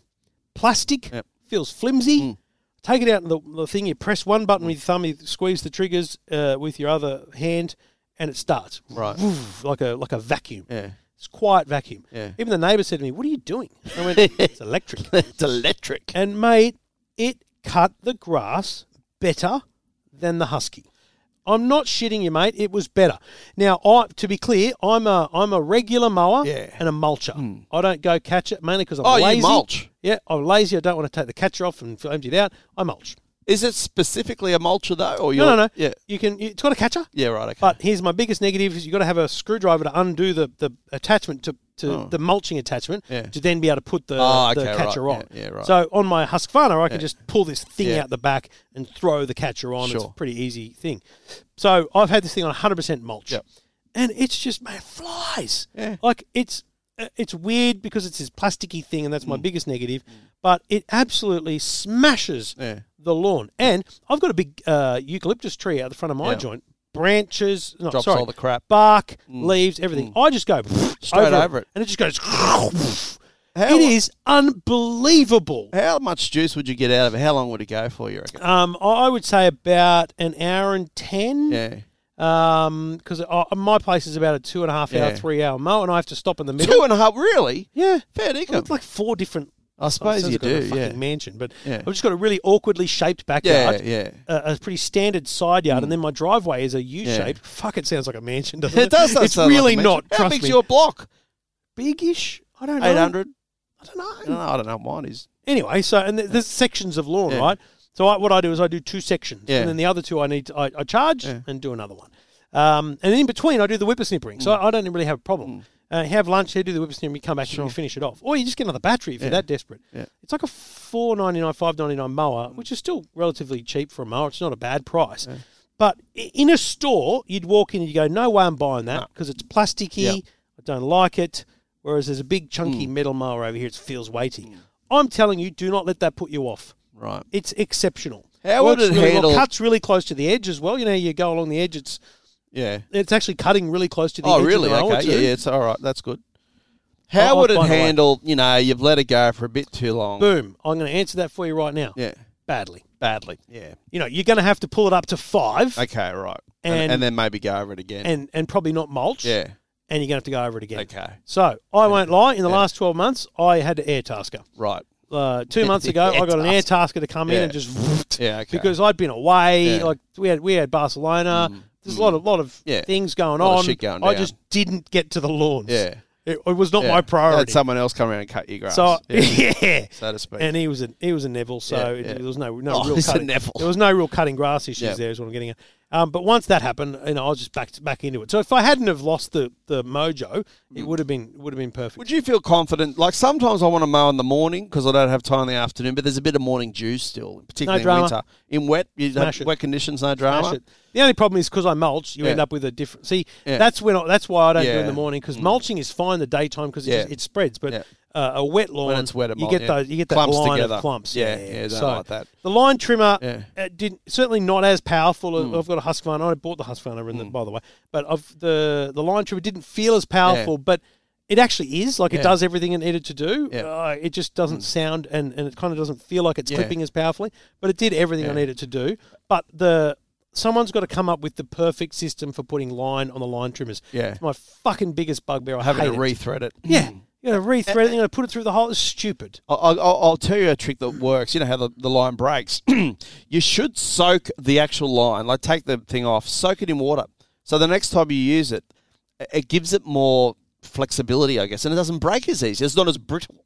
S5: plastic,
S2: Yep. Mm.
S5: feels flimsy. Take it out and the, the thing, you press one button with your thumb, you squeeze the triggers uh, with your other hand, and it starts.
S2: Right.
S5: Woof, like a like a vacuum.
S2: Yeah.
S5: It's quiet vacuum.
S2: Yeah.
S5: Even the neighbour said to me, What are you doing? I went, It's electric.
S2: it's electric.
S5: And mate, it cut the grass better than the husky. I'm not shitting you, mate. It was better. Now, I, to be clear, I'm a I'm a regular mower
S2: Yeah. Hmm.
S5: and a mulcher. I don't go catch it mainly because I'm
S2: Oh, you
S5: lazy.
S2: mulch.
S5: Yeah, I'm lazy. I don't want to take the catcher off and empty it out. I mulch.
S2: Is it specifically a mulcher though, or
S5: No,
S2: you're,
S5: no, no.
S2: Yeah.
S5: you can. It's got a catcher.
S2: Yeah. Right. Okay.
S5: But here's my biggest negative: is you've got to have a screwdriver to undo the, the attachment to, to
S2: Oh.
S5: the mulching attachment
S2: Yeah.
S5: to then be able to put the,
S2: Oh,
S5: the
S2: okay,
S5: catcher
S2: right.
S5: on.
S2: Yeah, yeah, right.
S5: So on my Husqvarna, I can just pull this thing
S2: Yeah.
S5: out the back and throw the catcher on. It's
S2: Sure.
S5: a pretty easy thing. So I've had this thing on 100% mulch,
S2: Yep.
S5: and it's just man it flies.
S2: Yeah.
S5: Like it's uh, it's weird because it's this plasticky thing, and that's
S2: Mm.
S5: my biggest negative. But it absolutely smashes
S2: Yeah.
S5: the lawn. And I've got a big uh, eucalyptus tree out the front of my
S2: Yeah.
S5: joint. Branches, no,
S2: Drops
S5: sorry,
S2: all the crap. Mm.
S5: bark, leaves, everything. I just go
S2: Straight over it.
S5: and it just goes. It is unbelievable.
S2: How much juice would you get out of it? How long would it go for you? Reckon?
S5: Um, I I would say about an hour and ten.
S2: Yeah.
S5: Um, because my place is about a two and a half hour,
S2: Yeah.
S5: three hour mow, and I have to stop in the middle.
S2: Two and a half. Really?
S5: Yeah,
S2: Fair
S5: I've
S2: dinkum.
S5: got like four different. Oh,
S2: I suppose
S5: sounds
S2: you
S5: like I've got
S2: do,
S5: A fucking
S2: yeah.
S5: mansion, but
S2: Yeah.
S5: I've just got a really awkwardly shaped
S2: yeah.
S5: backyard.
S2: Yeah.
S5: a, a pretty standard side yard, and then my driveway is a U shape. Fuck, it sounds like a mansion, doesn't it?
S2: It does.
S5: It's really not.
S2: How
S5: trust
S2: big's
S5: me.
S2: your block?
S5: bigish? I don't know.
S2: Eight hundred.
S5: I don't know.
S2: No, I don't know. Mine is.
S5: Anyway, so and th- there's sections of lawn,
S2: Yeah.
S5: right? So I, what I do is I do two sections,
S2: Yeah.
S5: and then the other two I need to, I, I charge
S2: Yeah.
S5: and do another one, um, and in between I do the whippersnippering.
S2: Mm.
S5: So I don't really have a problem. Uh, have lunch here, do the whippersnippering, come back and you finish it off, or you just get another battery if you're that desperate.
S2: Yeah. Mm.
S5: It's like a four ninety nine, five ninety nine mower, which is still relatively cheap for a mower. It's not a bad price. But i- in a store, you'd walk in and you go, "No way, I'm buying that because it's plasticky.
S2: Yeah. Mm.
S5: I don't like it." Whereas there's a big chunky metal mower over here, it feels weighty. I'm telling you, do not let that put you off.
S2: Right.
S5: It's exceptional.
S2: How would
S5: Works
S2: it
S5: really
S2: handle-
S5: Well. Cuts really close to the edge as well. You know, you go along the edge. It's
S2: Yeah.
S5: it's actually cutting really close to the edge.
S2: Oh,
S5: of
S2: really?
S5: the mower
S2: Okay.
S5: too.
S2: Yeah, yeah, it's all right. That's good. How
S5: I'll
S2: would it
S5: find a way.
S2: handle, you know, you've let it go for a bit too long?
S5: Boom! I'm going to answer that for you right now.
S2: Yeah.
S5: Badly, badly.
S2: Yeah.
S5: You know, you're going to have to pull it up to five,
S2: Okay, right. And, and,
S5: And-
S2: then maybe go over it again.
S5: and and probably not mulch.
S2: yeah.
S5: and you're going to have to go over it again.
S2: Okay.
S5: So I won't lie. In the last twelve months, I had an air tasker.
S2: Right.
S5: uh, two months ago, I got an air tasker to come in and
S2: Yeah.
S5: just whooped
S2: Yeah, okay.
S5: because I'd been away.
S2: Yeah. Mm,
S5: Like we had we had Barcelona. There's a lot of lot of
S2: Yeah.
S5: things going
S2: Lot of
S5: on.
S2: shit going
S5: I
S2: down.
S5: just didn't get to the lawns.
S2: Yeah.
S5: It, it was not
S2: Yeah.
S5: my priority.
S2: Had someone else come around and cut your grass.
S5: so
S2: yeah,
S5: yeah.
S2: so to speak.
S5: And he was a he was a Neville, so
S2: Yeah,
S5: it-
S2: yeah.
S5: there was no no
S2: Oh,
S5: real
S2: he's a
S5: cutting,
S2: Neville.
S5: There was no real cutting grass issues
S2: Yeah.
S5: there is what I'm getting at. Um, but once that happened, you know, I was just back back into it. So if I hadn't have lost the, the mojo, it
S2: Mm.
S5: would have been would have been perfect.
S2: Would you feel confident? Like sometimes I want to mow in the morning because I don't have time in the afternoon, but there's a bit of morning dew still, particularly in
S5: drama.
S2: winter. In wet, you
S5: Smash
S2: have
S5: it.
S2: wet conditions, no
S5: Smash
S2: drama.
S5: it. The only problem is because I mulch, you
S2: Yeah.
S5: end up with a different. See,
S2: Yeah.
S5: that's when I, that's why I don't do it
S2: Yeah. Mm.
S5: in the morning because mulching is fine in the daytime because
S2: Yeah.
S5: it, it spreads. But
S2: Yeah.
S5: uh, a wet lawn,
S2: it's wet, it
S5: you
S2: mul-
S5: get
S2: yeah.
S5: those you get that
S2: Clumps
S5: line
S2: together.
S5: of clumps.
S2: Yeah, yeah, don't like that.
S5: The line trimmer
S2: Yeah. Mm.
S5: uh, did certainly not as powerful. I've got a Husqvarna. I bought the Husqvarna, in the, by the way, but of the the line trimmer didn't feel as powerful, but. It actually is like it
S2: Yeah.
S5: does everything it needed to do.
S2: Yeah. Hmm.
S5: Uh, it just doesn't sound and, and it kind of doesn't feel like it's
S2: Yeah.
S5: clipping as powerfully, but it did everything I needed to do. But the someone's got to come up with the perfect system for putting line on the line trimmers.
S2: Yeah.
S5: it's my fucking biggest bugbear. I
S2: Having
S5: hate
S2: to hmm.
S5: it.
S2: rethread it.
S5: Yeah, you got to rethread it. You got to put it through the hole. It's stupid.
S2: I- I'll, I'll, I'll tell you a trick that works. You know how the, the line breaks. you should soak the actual line, like take the thing off, soak it in water. So the next time you use it, it- it gives it more flexibility, I guess, and it doesn't break as easy. It's not as brittle.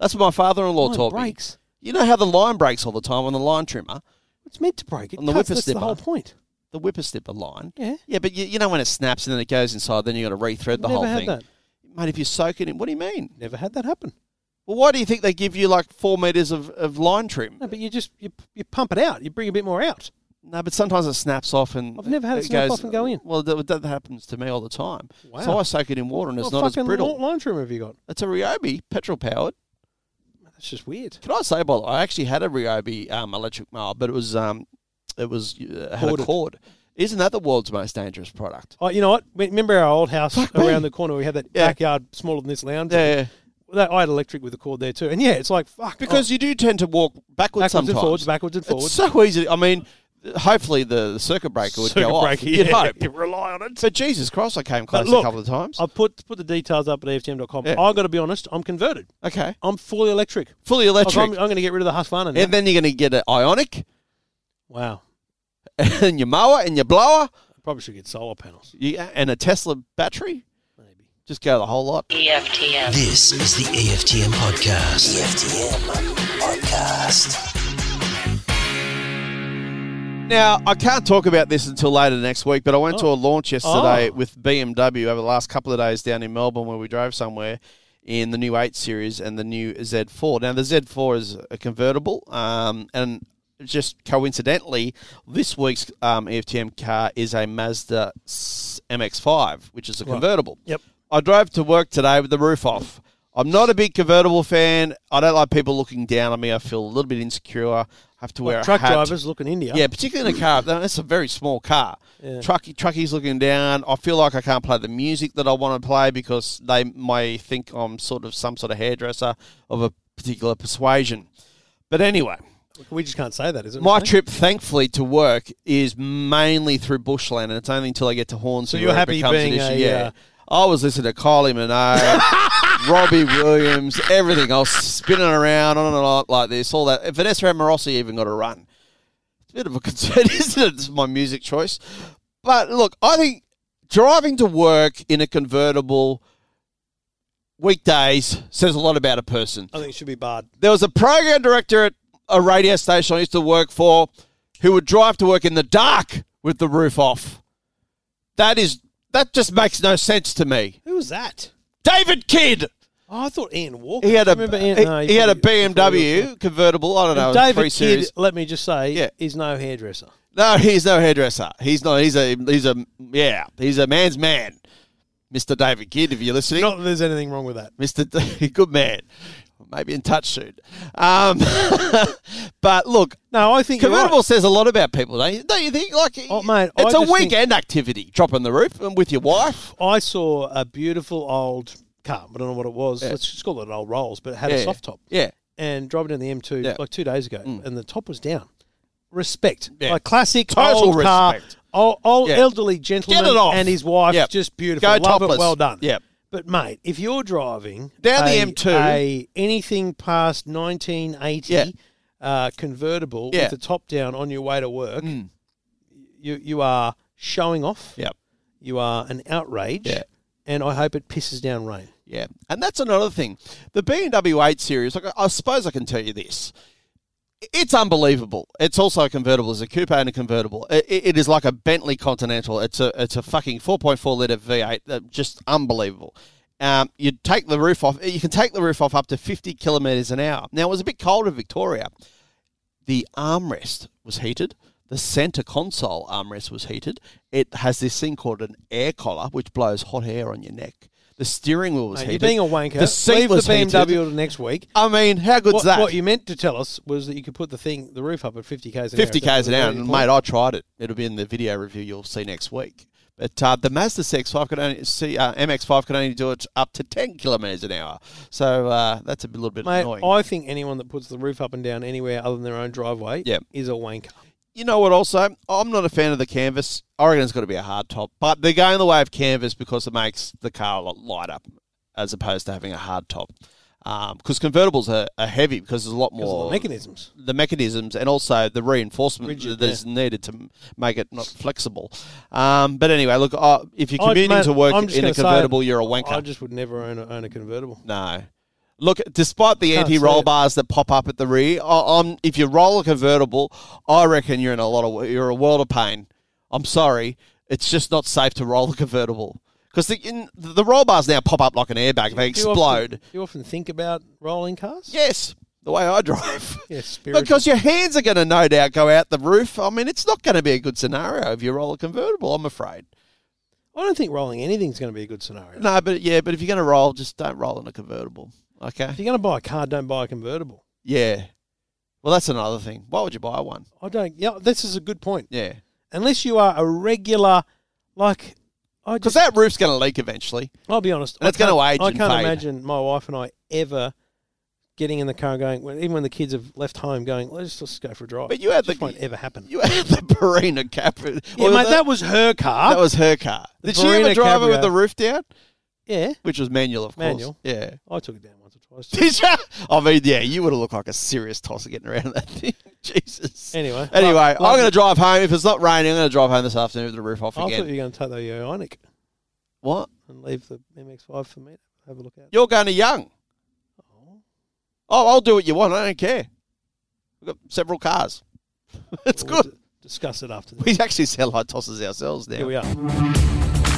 S2: That's what my father-in-law
S5: Line
S2: taught
S5: breaks.
S2: me. You know how the line breaks all the time on the line trimmer,
S5: It's meant to break. It
S2: On the
S5: cuts, that's the
S2: whippersnapper.
S5: whole point.
S2: the whippersnipper line.
S5: Yeah.
S2: yeah, but you, you know when it snaps and then it goes inside, then you got to rethread the
S5: Never
S2: whole
S5: had
S2: thing.
S5: that.
S2: Mate, if you soak it in, what do you mean?
S5: Never had that happen.
S2: Well, why do you think they give you like four meters of, of line trim?
S5: No, but you just you, you pump it out. You bring a bit more out.
S2: No, but sometimes it snaps off and
S5: I've never had it snap
S2: goes-
S5: off and go in.
S2: Well, that, that happens to me all the time.
S5: Wow.
S2: So I soak it in water and it's
S5: What
S2: not as
S5: fucking
S2: brittle.
S5: Line trimmer have you got?
S2: It's a Ryobi, petrol powered.
S5: That's just weird.
S2: Can I say, by the way, I actually had a Ryobi um, electric mower, but it was um, it was uh, had a
S5: Corded.
S2: cord. Isn't that the world's most dangerous product?
S5: Oh, you know what? Me- Remember our old house
S2: me.
S5: around the corner? We had that
S2: Yeah.
S5: backyard smaller than this lounge.
S2: Yeah, yeah.
S5: That I had electric with the cord there too. And yeah, it's like fuck.
S2: because
S5: oh,
S2: you do tend to walk backwards,
S5: backwards
S2: sometimes.
S5: and forwards, backwards and forwards.
S2: It's so easy. I mean, hopefully the, the circuit breaker would
S5: Circuit
S2: go
S5: breaker,
S2: off. You'd
S5: yeah.
S2: hope.
S5: You rely on it.
S2: But Jesus Christ, I came close
S5: look,
S2: a couple of times.
S5: I've put put the details up at EFTM.com.
S2: Yeah.
S5: I've got to be honest, I'm converted.
S2: okay,
S5: I'm fully electric.
S2: fully
S5: Like,
S2: electric,
S5: I'm, I'm going to get rid of the Husqvarna now.
S2: and then you're going to get an Ionic.
S5: wow.
S2: and your mower and your blower
S5: I probably should get solar panels.
S2: you, and a Tesla battery. Maybe. Just go the whole lot.
S3: EFTM.
S4: This is the EFTM podcast. EFTM podcast.
S2: Now, I can't talk about this until later next week, but I went to a launch yesterday
S5: Oh.
S2: with BMW over the last couple of days down in Melbourne where we drove somewhere in the new 8 Series and the new Z4. Now, the Z4 is a convertible, um, and just coincidentally, this week's um, EFTM car is a Mazda s- MX5, which is a convertible.
S5: Yep.
S2: I drove to work today with the roof off. I'm not a big convertible fan. I don't like people looking down on me. I feel a little bit insecure. I have to wear a
S5: Truck
S2: hat.
S5: drivers looking India.
S2: Yeah, particularly in a car. Now, That's a very small car. Trucky, trucky's looking down. I feel like I can't play the music that I want to play because they may think I'm sort of some sort of hairdresser of a particular persuasion. But anyway,
S5: We just can't say that, is it?
S2: my
S5: really?
S2: trip, thankfully, to work is mainly through bushland, and it's only until I get to Horns. So
S5: you're happy being a, uh,
S2: yeah. I was listening to Kylie Minogue, Robbie Williams, everything. I was spinning around on and on like this, all that. Vanessa Amorosi even got a run. It's a bit of a concern, isn't it? It's my music choice. But look, I think driving to work in a convertible weekdays says a lot about a person
S5: I think it should be barred.
S2: there was a program director at a radio station I used to work for who would drive to work in the dark with the roof off. That is that just makes no sense to me.
S5: Who was that?
S2: David Kidd.
S5: Oh, I thought Ian Walker.
S2: He had
S5: I
S2: a
S5: remember Ian,
S2: he,
S5: no,
S2: he had a
S5: probably-
S2: BMW convertible. I don't know.
S5: And
S2: it was three
S5: David Kidd,
S2: series.
S5: let me just say,
S2: Yeah.
S5: is no hairdresser.
S2: No, he's no hairdresser. He's not. He's a he's a yeah. He's a man's man, Mister David Kidd. If you're listening,
S5: Not that there's anything wrong with that.
S2: Mr. D- Good man. Maybe in touch soon. Um, but look,
S5: No, I think you're
S2: Convertible
S5: right.
S2: says a lot about people, don't you? Don't you think? Like,
S5: Oh, mate, I
S2: it's a
S5: just think-
S2: weekend activity, dropping the roof and with your wife.
S5: I saw a beautiful old car. I don't know what it was. Let's just call it an old Rolls, but it had a soft top.
S2: Yeah.
S5: And driving down the M2
S2: Yeah. Mm.
S5: like two days ago, and the top was down. Respect,
S2: Yeah.
S5: like classic
S2: Total
S5: old car,
S2: respect.
S5: old, old
S2: Yeah.
S5: elderly gentleman
S2: Get it off.
S5: and his wife,
S2: Yep.
S5: just beautiful.
S2: Go
S5: Love
S2: topless.
S5: it, well done.
S2: Yep.
S5: But mate, if you're driving
S2: Down the
S5: a-
S2: M2.
S5: a anything past 1980
S2: Yeah.
S5: uh, convertible
S2: Yeah. Mm.
S5: with the top down on your way to work, you you are showing off.
S2: Yep.
S5: You are an outrage,
S2: Yeah.
S5: and I hope it pisses down rain.
S2: Yeah, and that's another thing. The BMW 8 Series, like, I suppose I can tell you this. It's unbelievable. It's also a convertible. It's a coupe and a convertible. It, it- it is like a Bentley Continental. It's a it's a fucking 4.4 liter V8. uh, Just unbelievable. Um, you take the roof off. You can take the roof off up to 50 kilometres an hour. Now it was a bit cold in Victoria. The armrest was heated. The center console armrest was heated. It has this thing called an air collar, which blows hot air on your neck. The steering wheel was
S5: Mate,
S2: heated.
S5: you're being a wanker.
S2: The seat
S5: Leave the
S2: was
S5: BMW
S2: heated.
S5: till next week.
S2: I mean, how good's
S5: What,
S2: that?
S5: what you meant to tell us was that you could put the thing, the roof up at 50 k's an hour.
S2: 50 k's an hour, and
S5: and
S2: mate, I tried it. It'll be in the video review you'll see next week. But uh, the Mazda CX-5 could only see uh, MX-5 can only do it up to 10 kilometers an hour. So uh, that's a little bit
S5: Mate,
S2: annoying.
S5: I think anyone that puts the roof up and down anywhere other than their own driveway
S2: Yeah.
S5: is a wanker.
S2: you know what? Also, I'm not a fan of the canvas. I reckon it's got to be a hard top, but they're going the way of canvas because it makes the car a lot lighter, as opposed to having a hard top. Because convertibles are, are heavy because there's a lot
S5: Because of
S2: more
S5: the mechanisms.
S2: the mechanisms and also the reinforcement
S5: Rigid,
S2: that is needed to m- make it not flexible. Um, but anyway, look, uh, if you're
S5: I-
S2: commuting
S5: mate,
S2: to work
S5: I'm just
S2: in a
S5: gonna say,
S2: convertible, you're a wanker.
S5: I just would never own a, own a convertible.
S2: No. Look, despite the
S5: Can't
S2: anti roll
S5: see it.
S2: bars that pop up at the rear, I, I'm, if you roll a convertible, I reckon you're in a lot of you're a world of pain. I'm sorry, it's just not safe to roll a convertible because the in, the roll bars now pop up like an airbag; they
S5: Do you often-
S2: explode.
S5: Do you often think about rolling cars?
S2: yes, the way I drive.
S5: Yeah, spiritual.
S2: Because your hands are going to no doubt go out the roof. I mean, it's not going to be a good scenario if you roll a convertible. I'm afraid.
S5: I don't think rolling anything's going to be a good scenario.
S2: No, but yeah, but if you're going to roll, just don't roll in a convertible. Okay.
S5: If you're going to buy a car, don't buy a convertible.
S2: Yeah. Well, that's another thing. Why would you buy one?
S5: I don't. Yeah, this is a good point.
S2: Yeah.
S5: Unless you are a regular, like, I
S2: Because
S5: just.
S2: that roof's going to leak eventually.
S5: I'll be honest.
S2: And
S5: I
S2: it's gonna
S5: can't-
S2: age
S5: I
S2: and
S5: can't
S2: fade.
S5: imagine my wife and I ever getting in the car and going. when- Even when the kids have left home, going, let's just go for a drive.
S2: But you had
S5: It just
S2: the-
S5: won't ever happen.
S2: You had the Barina Capri.
S5: yeah,
S2: well,
S5: mate, that, was her car.
S2: that was her car.
S5: The
S2: Did she ever
S5: Barina
S2: drive it with
S5: Cabrio.
S2: the roof down?
S5: yeah,
S2: Which was manual, of
S5: Manual.
S2: course. Yeah.
S5: I took it down once or twice. too.
S2: Did you? I mean, yeah, you would have looked like a serious tosser getting around that thing. Jesus.
S5: Anyway,
S2: Anyway,
S5: love-
S2: I'm
S5: love
S2: going to
S5: it.
S2: drive home. If it's not raining, I'm going to drive home this afternoon with the roof off
S5: I thought
S2: again.
S5: you were going to take the Ionic
S2: what?
S5: and leave the MX-5 for me to have a look at.
S2: You're going to Young. Oh, I'll do what you want. I don't care. We've got several cars. It's
S5: We'll
S2: good.
S5: d- discuss it after. This.
S2: We actually sell high tosses ourselves now.
S5: Here we are.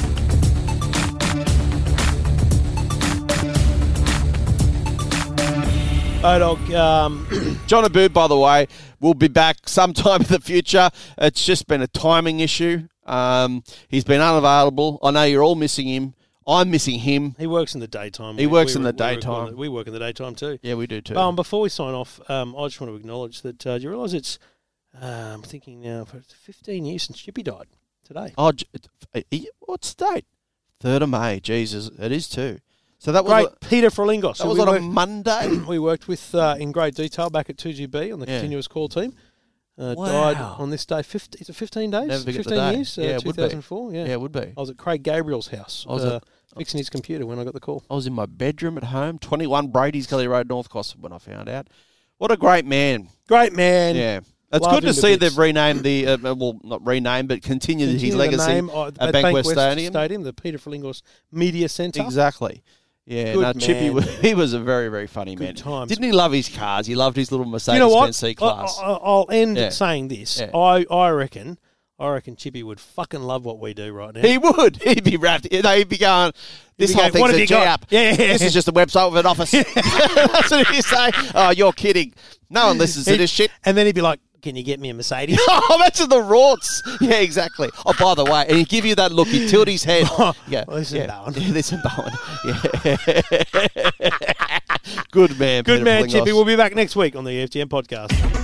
S5: Odog, um,
S2: John Abood, by the way, will be back sometime in the future. It's just been a timing issue. Um, he's been unavailable. I know you're all missing him. I'm missing him.
S5: he works in the daytime.
S2: He works in the
S5: record-
S2: daytime.
S5: We work in the daytime too.
S2: Yeah, we do too.
S5: Um, before we sign off, um, I just want to acknowledge that uh, do you realise it's uh, I'm thinking now for 15 years since Chippy died today.
S2: oh, j- it- it- what's the date? Third of May. Jesus, it is too. So that was
S5: Great,
S2: a-
S5: Peter Frelingos.
S2: that
S5: who
S2: was
S5: we
S2: on a
S5: worked-
S2: Monday.
S5: we worked with uh, in great detail back at 2GB on the
S2: Yeah.
S5: continuous call team. Uh,
S2: Wow.
S5: Died on this day. 15, is it 15 days?
S2: Never forget the
S5: 15
S2: day.
S5: years? Uh,
S2: Yeah, it would be.
S5: 2004, yeah. Oh.
S2: yeah. it would be.
S5: I was at Craig Gabriel's house
S2: I was
S5: uh,
S2: at-
S5: fixing his computer when I got the call.
S2: I was in my bedroom at home. Twenty-one Brady's Gully Road, North Costa, when I found out. What a great man.
S5: Great man.
S2: Yeah. It's
S5: Love
S2: good to
S5: him to
S2: see
S5: bits.
S2: they've renamed the, uh, uh, well, not renamed, but continued his
S5: Continue the
S2: legacy
S5: name, uh,
S2: at Bankwest Stadium.
S5: Stadium, the Peter Frelingos Media Centre.
S2: Exactly. Yeah,
S5: Good
S2: no, Chippy,
S5: man.
S2: was, he was a very, very funny man.
S5: times.
S2: Didn't he love his cars? He loved his little
S5: You
S2: Mercedes
S5: know what?
S2: Benz C
S5: I,
S2: class.
S5: I, I'll end
S2: Yeah.
S5: saying this.
S2: Yeah.
S5: I, I reckon, I reckon Chippy would fucking love what we do right now.
S2: He would. He'd be wrapped. You know, he'd be going, this
S5: be
S2: whole
S5: going, "What have
S2: thing's a
S5: you got?"
S2: G-up.
S5: Yeah, yeah,
S2: This
S5: yeah.
S2: is just a website with an office. That's what he'd say. Oh, you're kidding. No one listens to
S5: He'd-
S2: this shit.
S5: And then he'd be like, "Can you get me a Mercedes?"
S2: Oh, imagine the rorts. Yeah, exactly. Oh, by the way, and he'd give you that look. He'd tilt his head. Yeah.
S5: Oh, Listen,
S2: yeah.
S5: Bowen.
S2: Yeah, listen, Bowen. Yeah. Good man.
S5: Good
S2: Peter
S5: man,
S2: Bellingos.
S5: E Chippy. We'll be back next week on the EFTM podcast.